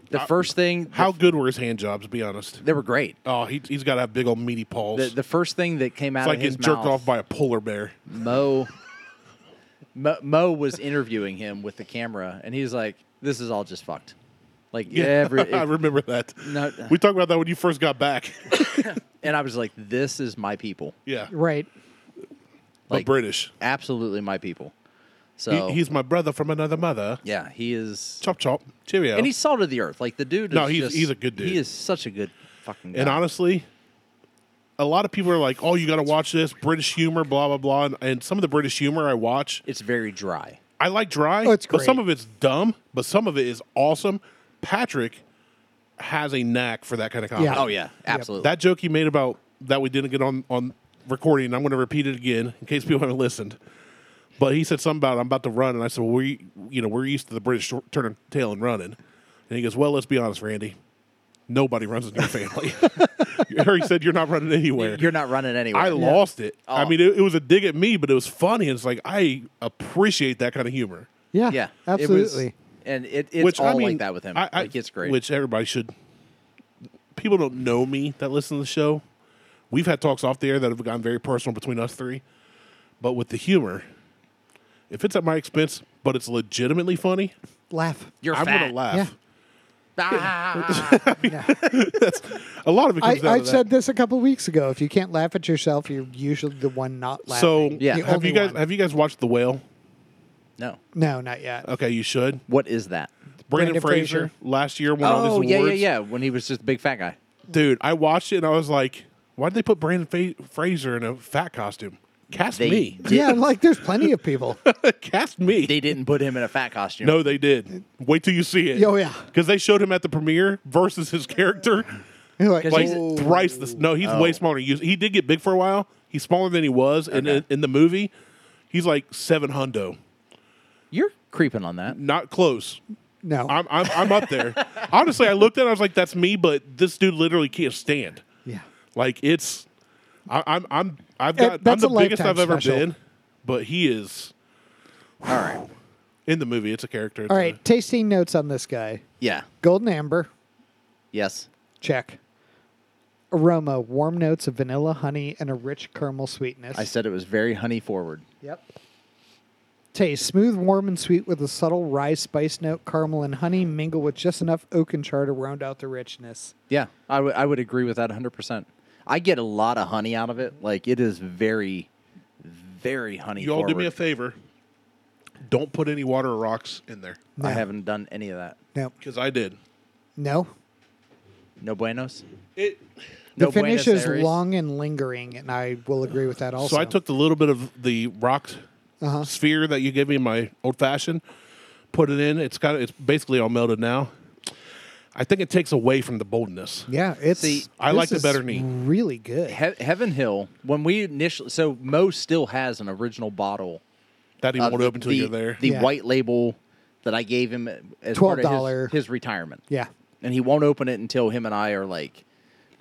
S2: the
S1: Uh,
S2: first thing
S1: How good were his hand jobs? Be honest.
S2: They were great.
S1: Oh, he, he's got to have big old meaty paws.
S2: the, the first thing that came out
S1: it's like
S2: of his
S1: getting jerked
S2: mouth-
S1: off by a polar bear.
S2: Mo, Mo, Mo was interviewing him with the camera, and he's like, "This is all just fucked." Like every,
S1: I remember that.
S2: No-
S1: we talked about that when you first got back.
S2: and I was like, "This is my people."
S1: Yeah,
S3: Right.
S1: but
S2: like
S1: British.
S2: absolutely my people.
S1: He-
S2: So
S1: he's my brother from another mother.
S2: yeah, he is,
S1: Chop chop. Cheerio.
S2: and he's salt of the earth. Like the dude.
S1: No,
S2: is
S1: he's-
S2: just-
S1: he's a good dude.
S2: He is such a good fucking. Guy.
S1: And honestly, a lot of people are like, "Oh, you got to watch this British humor, blah blah blah." And, and some of the British humor I watch,
S2: it's very dry.
S1: I like dry,
S3: Oh, it's
S1: but some
S3: great.
S1: of it's dumb, but some of it is awesome. Patrick has a knack for that kind of comedy.
S2: Oh yeah, absolutely.
S1: That joke he made about that we didn't get on on recording, and I'm going to repeat it again in case people haven't listened. But he said something about I'm about to run, and I said, "Well, we, you know, we're used to the British tor- turning tail and running." And he goes, "Well, let's be honest, Randy. Nobody runs in your family." or he said, "You're not running anywhere."
S2: You're Oh. not running anywhere.
S1: I lost it. I mean, it, it was a dig at me, but it was funny. And it's like I appreciate that kind of humor,
S3: Yeah.
S2: Yeah, It was,
S3: Absolutely.
S2: and it, it's
S1: which
S2: all
S1: I mean,
S2: like that with him.
S1: I, I,
S2: like it's great.
S1: Which everybody should. People don't know me that listen to the show. We've had talks off the air that have gotten very personal between us three, but with the humor, if it's at my expense, but it's legitimately funny,
S3: Laugh.
S2: You're
S1: I'm
S2: fat. Ah.
S1: gonna laugh.
S3: Yeah.
S1: A lot of it
S3: I,
S1: comes down
S3: I
S1: to that.
S3: said this a couple weeks ago. If you can't laugh at yourself, you're usually the one not laughing.
S1: so
S3: The
S1: have
S3: only
S1: you guys
S3: one.
S1: have you guys watched The Whale?
S2: no,
S3: No, not yet.
S1: Okay, you should.
S2: what is that?
S1: Brandon,
S3: Brandon
S1: Fraser,
S3: Fraser.
S1: last year won all
S2: Oh
S1: these
S2: yeah, yeah,
S1: awards.
S2: yeah. When he was just a big fat guy.
S1: Dude, I watched it and I was like, why did they put Brandon Fa- Fraser in a fat costume? Cast
S2: They
S1: me.
S2: did-
S3: Yeah, like there's plenty of people.
S1: Cast me.
S2: They didn't put him in a fat costume.
S1: No, they did. Wait till you see it.
S3: Oh, yeah.
S1: Because they showed him at the premiere versus his character.
S3: You're like,
S1: Like
S3: "Oh."
S1: thrice this. No, he's
S2: Oh.
S1: way smaller. He he did get big for a while. He's smaller than he was. And in, in the movie, he's like seven hundo.
S2: You're creeping on that.
S1: Not close.
S3: no.
S1: I'm, I'm, I'm up there. Honestly, I looked at it. I was like, that's me, but this dude literally can't stand.
S3: yeah.
S1: Like it's, I, I'm I'm I've
S3: Eh,
S1: got I'm
S3: that's
S1: the
S3: a
S1: biggest
S3: Lifetime
S1: I've ever
S3: special.
S1: been, but he is
S2: All right.
S1: in the movie. It's a character. It's
S3: All
S1: a-
S3: right. Tasting notes on this guy.
S2: Yeah.
S3: Golden amber.
S2: Yes.
S3: Check. aroma, warm notes of vanilla, honey, and a rich caramel sweetness.
S2: I said it was very honey forward.
S3: Yep. Taste smooth, warm, and sweet with a subtle rye spice note, caramel, and honey. Mingle with just enough oak and char to round out the richness.
S2: Yeah, I would I would agree with that 100%. I get a lot of honey out of it. Like it is very very honey
S1: you all do
S2: forward.
S1: me a favor. Don't put any water or rocks in there.
S2: I haven't done any of that.
S3: No.
S1: Because I did.
S3: No.
S2: No buenos.
S1: It
S3: The
S2: No
S3: finish
S2: Buenos
S3: is
S2: Aires?
S3: long and lingering, and I will agree with that also.
S1: So I took the little bit of the rock
S3: Uh-huh.
S1: sphere that you gave me in my old fashioned, put it in. It's got it's basically all melted now. I think it takes away from the boldness.
S3: Yeah, it's.
S1: See, I
S3: this
S1: like the
S3: is
S1: better knee.
S3: Really good.
S2: He- Heaven Hill, when we initially, so Mo still has an original bottle.
S1: That he
S2: of
S1: won't
S2: the-
S1: open till
S2: Uh, the-
S1: you're there.
S2: The
S1: Yeah.
S2: white label that I gave him as part of his-
S3: $12.
S2: his, retirement.
S3: Yeah.
S2: And he won't open it until him and I are like,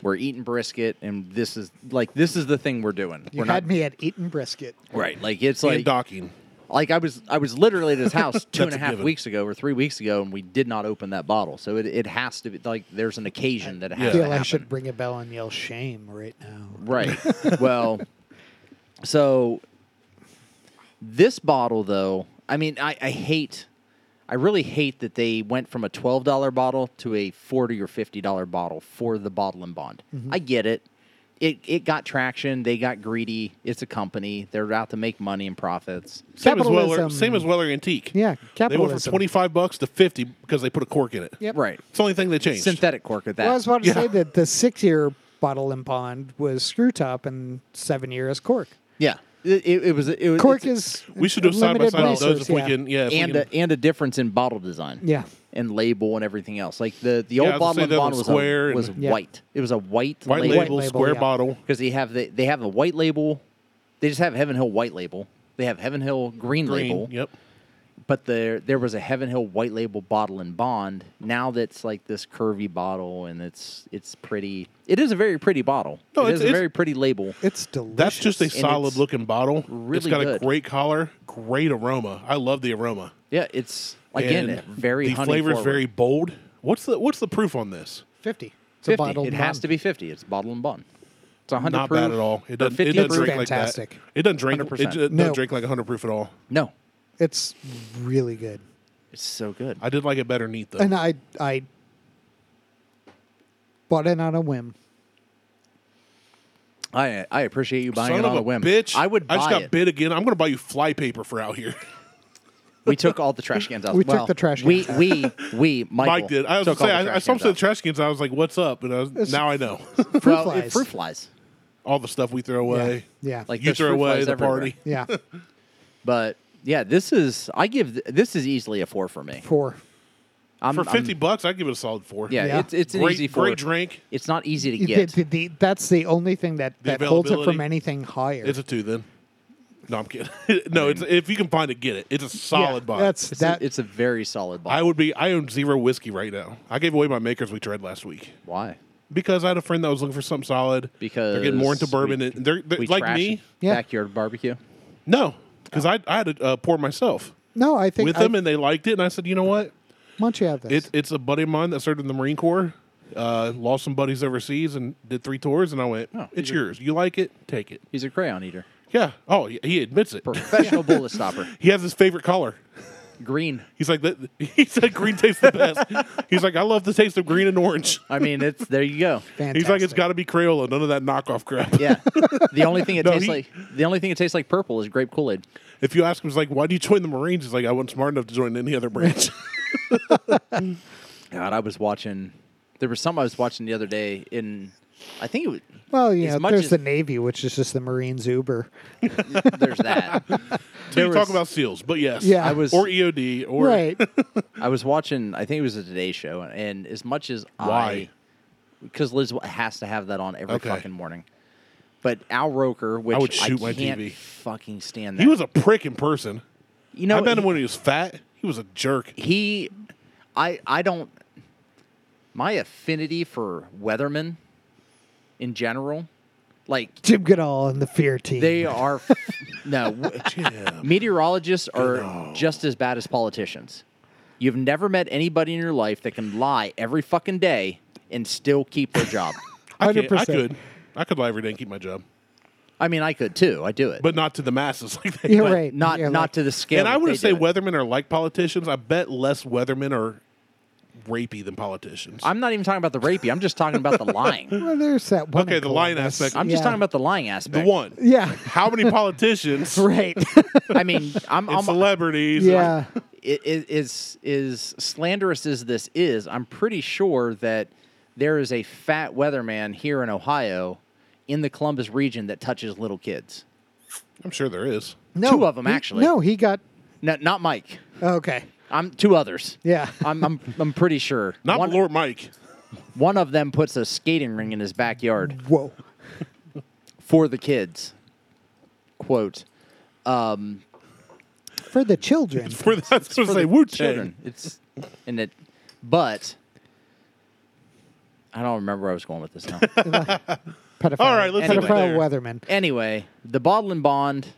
S2: we're eating brisket and this is like, this is the thing we're doing.
S3: You
S2: we're
S3: had me at eaten brisket.
S2: Right. Like it's
S1: And
S2: like
S1: docking.
S2: Like I was, I was literally at his house two and
S1: That's a
S2: a half
S1: given.
S2: weeks ago or three weeks ago, and we did not open that bottle. So it, it has to be like there's an occasion that it
S3: I
S2: has
S3: feel
S2: to
S3: I
S2: happen.
S3: should ring a bell and yell shame right now.
S2: Right. well, so this bottle, though, I mean, I, I hate, I really hate that they went from a $12 bottle to a 40 or $50 bottle for the bottle and bond.
S16: Mhm.
S3: Mm-hmm.
S2: I get it. It, it got traction. They got greedy. It's a company. They're out to make money and profits.
S1: Same as Weller,
S2: Capitalism.
S1: same as Weller Antique.
S3: Yeah,
S1: They went from
S2: capitalism.
S1: twenty five bucks to fifty because they put a cork in it.
S3: Yep.
S2: Right.
S1: It's the only thing they changed.
S2: Synthetic cork at that.
S3: Well, I was about to say that the six year bottle and bond was screw top and seven year is cork.
S2: Yeah. It, it, it was. It was.
S3: Cork
S2: it's-
S3: is We should do a side by limited side of those resource, if we yeah. can-
S1: yeah, if we
S2: and
S1: can-
S2: A, and a difference in bottle design.
S3: Yeah.
S2: And label and everything else. Like the the
S1: Yeah, I
S2: old
S1: was gonna
S2: bottle
S1: say
S2: and
S1: that
S2: bond
S1: was
S2: was,
S1: square
S2: a,
S1: and-
S2: was
S1: Yeah.
S2: white. It was a white
S1: White
S2: label,
S1: label, White label, square yeah. bottle.
S2: Because they have the, they have a white label. They just have Heaven Hill white label. They have Heaven Hill green,
S1: Green,
S2: label.
S1: Yep.
S2: But there there was a Heaven Hill white label bottle and bond. Now that's like this curvy bottle and it's it's pretty. It is a very pretty bottle.
S1: No,
S2: it
S1: it's-
S2: is a
S1: it's-
S2: very pretty label.
S3: It's delicious.
S1: That's just a
S2: And
S1: solid
S2: it's
S1: looking bottle. it's
S2: really
S1: got
S2: good.
S1: a great collar, great aroma. I love the aroma.
S2: Yeah, it's again
S1: And
S2: very
S1: the
S2: honey
S1: flavor's
S2: forward.
S1: very bold. What's the what's the proof on this?
S3: 50. It's a
S2: 50.
S3: bottle.
S2: It has to be 50. It's bottle and bond. It's 100
S1: Not
S2: proof.
S1: bad at all. It
S2: or
S1: doesn't,
S2: 50
S1: it doesn't
S2: proof.
S1: drink like that. It doesn't drink. It
S2: 100%.
S1: ju- doesn't
S3: No.
S1: drink like hundred proof at all.
S2: No.
S3: It's really good.
S2: It's so good.
S1: I did like it better neat though.
S3: And I I bought it on a whim.
S2: I I appreciate you buying
S1: Son
S2: it
S1: of
S2: on
S1: a
S2: a whim.
S1: bitch!
S2: I would buy
S1: I just got
S2: it.
S1: bid again. I'm going to buy you fly paper for out here.
S2: We took all the trash cans out.
S1: We took
S2: Well,
S1: the trash
S2: We
S1: cans out.
S2: we we Michael
S1: Mike did. I was
S2: took
S1: gonna say,
S2: all the
S1: I, I
S2: trash
S1: saw him
S2: cans
S1: say the
S2: out.
S1: trash cans. I was like, "What's up?" And I was,
S2: It's
S1: now I know.
S2: fruit Well, it- flies. fruit flies.
S1: All the stuff we throw away.
S3: Yeah.
S2: Like
S1: you
S2: there's
S1: throw
S2: fruit
S1: away
S2: flies
S1: the
S2: everywhere.
S1: party.
S3: Yeah.
S2: But yeah, this is I give th- this is easily a four for me.
S3: Four.
S2: I'm,
S1: for
S2: I'm-
S1: 50 bucks, I'd give it a solid four.
S2: Yeah, it's it's an
S1: great,
S2: easy four.
S1: Great drink.
S2: It's not easy to
S3: The-
S2: get.
S3: the- the- that's the only thing that,
S1: The
S3: that holds it from
S1: availability.
S3: anything higher.
S1: It's a two then. No, I'm kidding. no, it's if you can find it, get it. It's a solid bottle.
S3: that's-
S2: It's a- that- it's a very solid bottle.
S1: I would be. I own zero whiskey right now. I gave away my Maker's We Tread last week.
S2: Why?
S1: Because I had a friend that was looking for something solid.
S2: Because
S1: they're getting more into
S2: we-
S1: bourbon. and they're, they're
S2: we
S1: like
S2: trash
S1: me.
S2: Backyard barbecue.
S1: No, because I I had to uh, pour myself
S3: no, I think
S1: with
S3: I,
S1: them, and they liked it. And I said, you know what?
S3: why don't you have this?
S1: It, it's a buddy of mine that served in the Marine Corps. Uh, lost some buddies overseas and did three tours, and I went,
S2: Oh,
S1: "It's yours. You like it? Take it."
S2: He's a crayon eater.
S1: Yeah. Oh, he- he admits it.
S2: Professional bullet stopper.
S1: He has his favorite color.
S2: Green.
S1: He's like that. He said green tastes the best. He's like, I love the taste of green and orange.
S2: I mean, it's there you go.
S1: He's like, it's got to be Crayola, none of that knockoff crap.
S2: Yeah. The only thing it
S1: No,
S2: tastes
S1: he-
S2: like the only thing it tastes like purple is grape Kool Aid.
S1: If you ask him, he's like, why do you join the Marines? He's like, I wasn't smart enough to join any other branch.
S2: God, I was watching. There was some I was watching the other day in. I think it was.
S3: well, you
S2: as
S3: know,
S2: much
S3: there's
S2: as-
S3: the Navy, which is just the Marines Uber.
S2: There's that.
S1: So
S2: There
S1: you talk
S2: was-
S1: about SEALs, but yes,
S3: Yeah.
S2: I was-
S1: or EOD, or
S3: right.
S2: I was watching. I think it was a Today Show, and as much as
S1: Why?
S2: I, because Liz has to have that on every
S1: Okay.
S2: fucking morning. But Al Roker, which I,
S1: would shoot my
S2: can't
S1: TV.
S2: fucking stand. That.
S1: he was a prick in person.
S2: You know,
S1: I met
S2: he-
S1: him when he was fat. He was a jerk.
S2: he i i don't my affinity for weathermen in general like
S3: Jim Goodall and the Fear Team.
S2: they are f- no w- meteorologists are just as bad as politicians you've never met anybody in your life that can lie every fucking day and still keep their job
S1: I, can't, I
S3: 100%.
S1: could. I could lie every day and keep my job.
S2: I mean, I could too. I do it,
S1: but not to the masses like they.
S2: You're
S1: but-
S2: right. Not- You're not like- to the scale
S1: And I
S2: that
S1: would
S2: they
S1: say
S2: do it.
S1: weathermen are like politicians. I bet less weathermen are rapey than politicians.
S2: I'm not even talking about the rapey. I'm just talking about the lying.
S3: Well, there's that one.
S1: Okay, the lying aspect.
S2: I'm just talking about the lying aspect.
S1: the one.
S3: Yeah.
S1: How many politicians?
S3: Right.
S2: I mean, I'm,
S1: And
S2: I'm
S1: celebrities.
S3: Yeah.
S2: it, it is is slanderous as this is, I'm pretty sure that there is a fat weatherman here in Ohio, in the Columbus region that touches little kids.
S1: I'm sure there is.
S2: two of them
S3: he-
S2: actually.
S3: No, he got.
S2: No, not Mike.
S3: Okay.
S2: I'm two others.
S3: Yeah.
S2: I'm I'm, I'm pretty sure.
S1: Not
S2: one,
S1: Lord Mike.
S2: One of them puts a skating ring in his backyard.
S3: Whoa.
S2: for the kids. Quote. Um,
S3: For the children.
S1: for the, I was
S2: for
S1: gonna say
S2: the
S1: Wu
S2: children.
S1: Tang.
S2: It's and it, but I don't remember where I was going with this now.
S3: Pedophile.
S1: All right, let's
S2: Anyway.
S1: get there.
S3: Pedophile weatherman.
S2: anyway, the bottle and bond.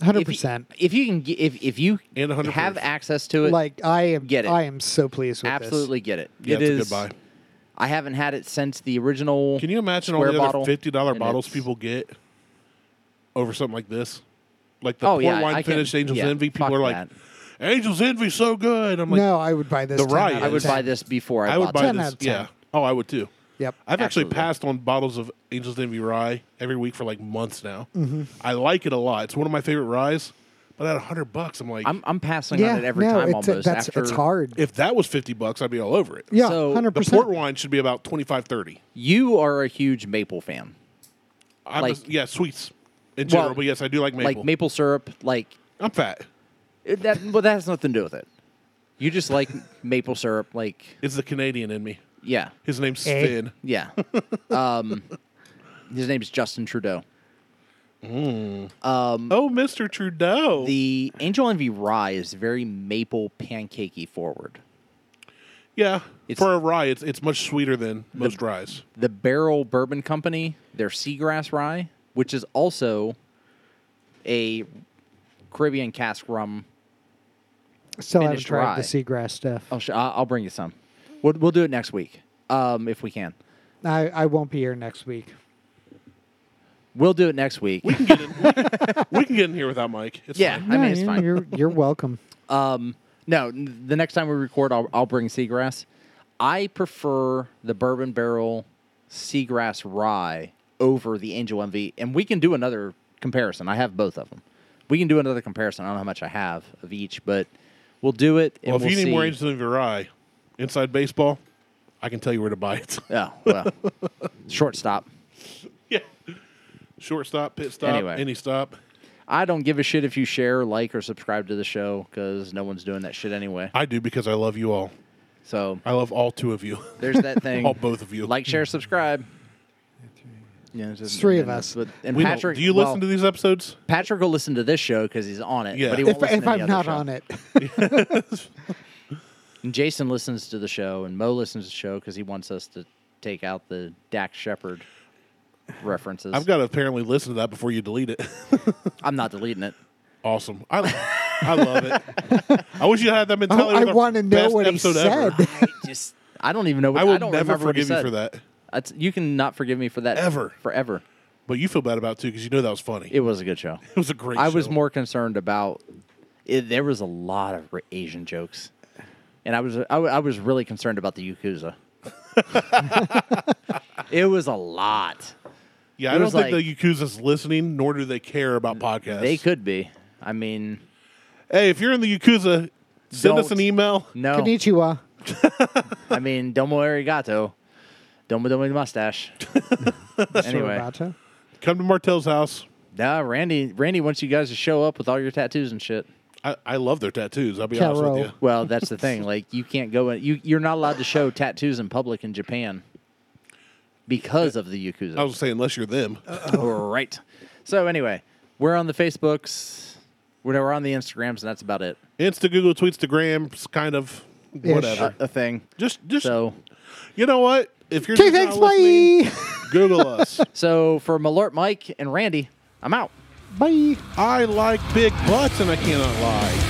S3: Hundred
S2: If you,
S3: percent.
S2: if you can, get, if if you
S1: And 100
S2: have
S1: proof.
S2: access to it,
S3: Like I am.
S2: Get it.
S3: I am so pleased with
S2: absolutely get it.
S1: Yeah,
S2: it
S1: it's a
S2: is.
S1: good buy.
S2: I haven't had it since the original.
S1: Can you imagine all
S2: square
S1: the other
S2: bottle,
S1: fifty dollar
S2: and
S1: bottles
S2: it's-
S1: people get over something like this? Like the
S2: Oh,
S1: port
S2: yeah, I
S1: wine
S2: can-
S1: finished Angel's
S2: yeah,
S1: Envy. People
S2: fuck
S1: are like,
S2: that.
S1: Angel's Envy so good. I'm
S3: this.
S1: like,
S3: No, I would buy this.
S1: The
S3: 10 out
S1: riot.
S3: of
S2: I would
S3: 10.
S2: buy this before I,
S1: I would
S2: bought
S1: buy
S3: 10 out
S1: this.
S3: of 10.
S1: Yeah. Oh, I would too.
S3: Yep.
S1: I've
S2: Absolutely.
S1: actually passed on bottles of Angel's Envy rye every week for like months now.
S3: Mhm.
S1: I like it a lot. It's one of my favorite ryes. But at hundred bucks, I'm like,
S2: I'm, I'm passing
S3: Yeah.
S2: on it every
S3: no,
S2: time
S3: it's,
S2: almost.
S3: that's
S2: after
S3: it's hard.
S1: if that was fifty bucks, I'd be all over it.
S3: Yeah.
S2: So,
S3: Hundred
S1: The port
S3: percent.
S1: wine should be about 25 30
S2: you are a huge maple fan.
S1: I'm
S2: Like-
S1: a- yeah, sweets in
S2: Well,
S1: general. but yes, I do like maple.
S2: Like maple syrup, like
S1: I'm fat.
S2: it- that. Well, that has nothing to do with it. You just like maple syrup, like
S1: It's the Canadian in me.
S2: yeah,
S1: His name's
S3: Eh?
S1: Finn.
S2: yeah. Um, his name's Justin Trudeau. Um,
S1: Oh, Mr. Trudeau.
S2: the Angel Envy Rye is very maple pancakey forward.
S1: yeah,
S2: It's-
S1: for a rye, it's it's much sweeter than most ryes.
S2: The Barrel Bourbon Company, their Seagrass Rye, which is also a Caribbean cask rum
S3: Still haven't
S2: finished
S3: tried
S2: rye.
S3: the seagrass stuff.
S2: Oh, sh- I- I'll bring you some. We'll, we'll do it next week um, if we can.
S3: I, I won't be here next week.
S2: We'll do it next week.
S1: we can get in here without Mike. It's
S2: yeah,
S1: fine.
S2: I
S3: No,
S2: mean it's
S3: you-
S2: fine.
S3: You're you're welcome.
S2: Um, no, n- the next time we record, I'll, I'll bring seagrass. I prefer the bourbon barrel seagrass rye over the Angel MV, and we can do another comparison. I have both of them. We can do another comparison. I don't know how much I have of each, but we'll do it. And
S1: Well, if
S2: we'll
S1: you need
S2: see.
S1: more Angel of your rye, inside baseball, I can tell you where to buy it.
S2: oh well, shortstop.
S1: yeah, shortstop, pit stop,
S2: Anyway.
S1: any stop.
S2: I don't give a shit if you share, like, or subscribe to the show because no one's doing that shit anyway.
S1: I do because I love you all.
S2: So
S1: I love all two of you.
S2: there's that thing.
S1: all both of you.
S2: Like, share, subscribe. Yeah, it's just-
S3: Three of
S2: and
S3: us.
S2: that's what- And
S1: We don't-
S2: Patrick,
S1: do you
S2: well,
S1: listen to these episodes?
S2: Patrick will listen to this show because he's on it.
S1: Yeah.
S2: But he won't
S3: If,
S2: listen
S3: if
S2: to
S3: I'm
S2: the
S3: not
S2: other show.
S3: on it,
S2: And Jason listens to the show, and Mo listens to the show because he wants us to take out the Dax Shepard references.
S1: I've got to apparently listen to that before you delete it.
S2: I'm not deleting it.
S1: awesome. I, I love it. I wish you had that
S3: I,
S1: mentality. with our
S3: want to know
S1: best
S3: what he
S1: episode
S3: said.
S1: ever.
S2: I just I don't even know. What,
S1: I will
S2: don't
S1: never
S2: remember what he
S1: forgive you
S2: said.
S1: for that.
S2: That's, you can not forgive me for that
S1: Ever.
S2: forever.
S1: But you feel bad about it too because you know that was funny.
S2: It was a good show.
S1: It was a great.
S2: I was
S1: show.
S2: more concerned about it, there was a lot of ra- Asian jokes, and I was I, w- I was really concerned about the yakuza. it was a lot.
S1: Yeah,
S2: it
S1: I don't
S2: was
S1: think
S2: like-
S1: the Yakuza's listening, nor do they care about podcasts.
S2: They could be. I mean,
S1: Hey, if you're in the Yakuza, send us
S2: Don't.
S1: an email.
S2: no.
S3: Konnichiwa.
S2: I mean, domo arigato, domo domo mustache. anyway,
S3: Sorobata.
S1: Come to Martell's house.
S2: nah, Randy Randy wants you guys to show up with all your tattoos and shit.
S1: I, I love their tattoos. I'll be honest
S3: Carol.
S1: with you.
S2: Well, that's the thing. Like, you can't go in. You you're not allowed to show tattoos in public in Japan because of the yakuza.
S1: I was saying, unless you're them.
S2: right. So anyway, we're on the Facebooks. We're, we're on the Instagrams, and that's about it.
S1: Insta, Google, tweets, to Grams, kind of whatever.
S2: A, a thing.
S1: Just, just
S2: So
S1: you know what? If you're
S3: Okay,
S1: just
S3: thanks.
S1: not listening,
S3: Bye.
S1: Google us.
S2: so for Malort, Mike, and Randy, I'm out.
S3: Bye.
S1: I like big butts, and I cannot lie.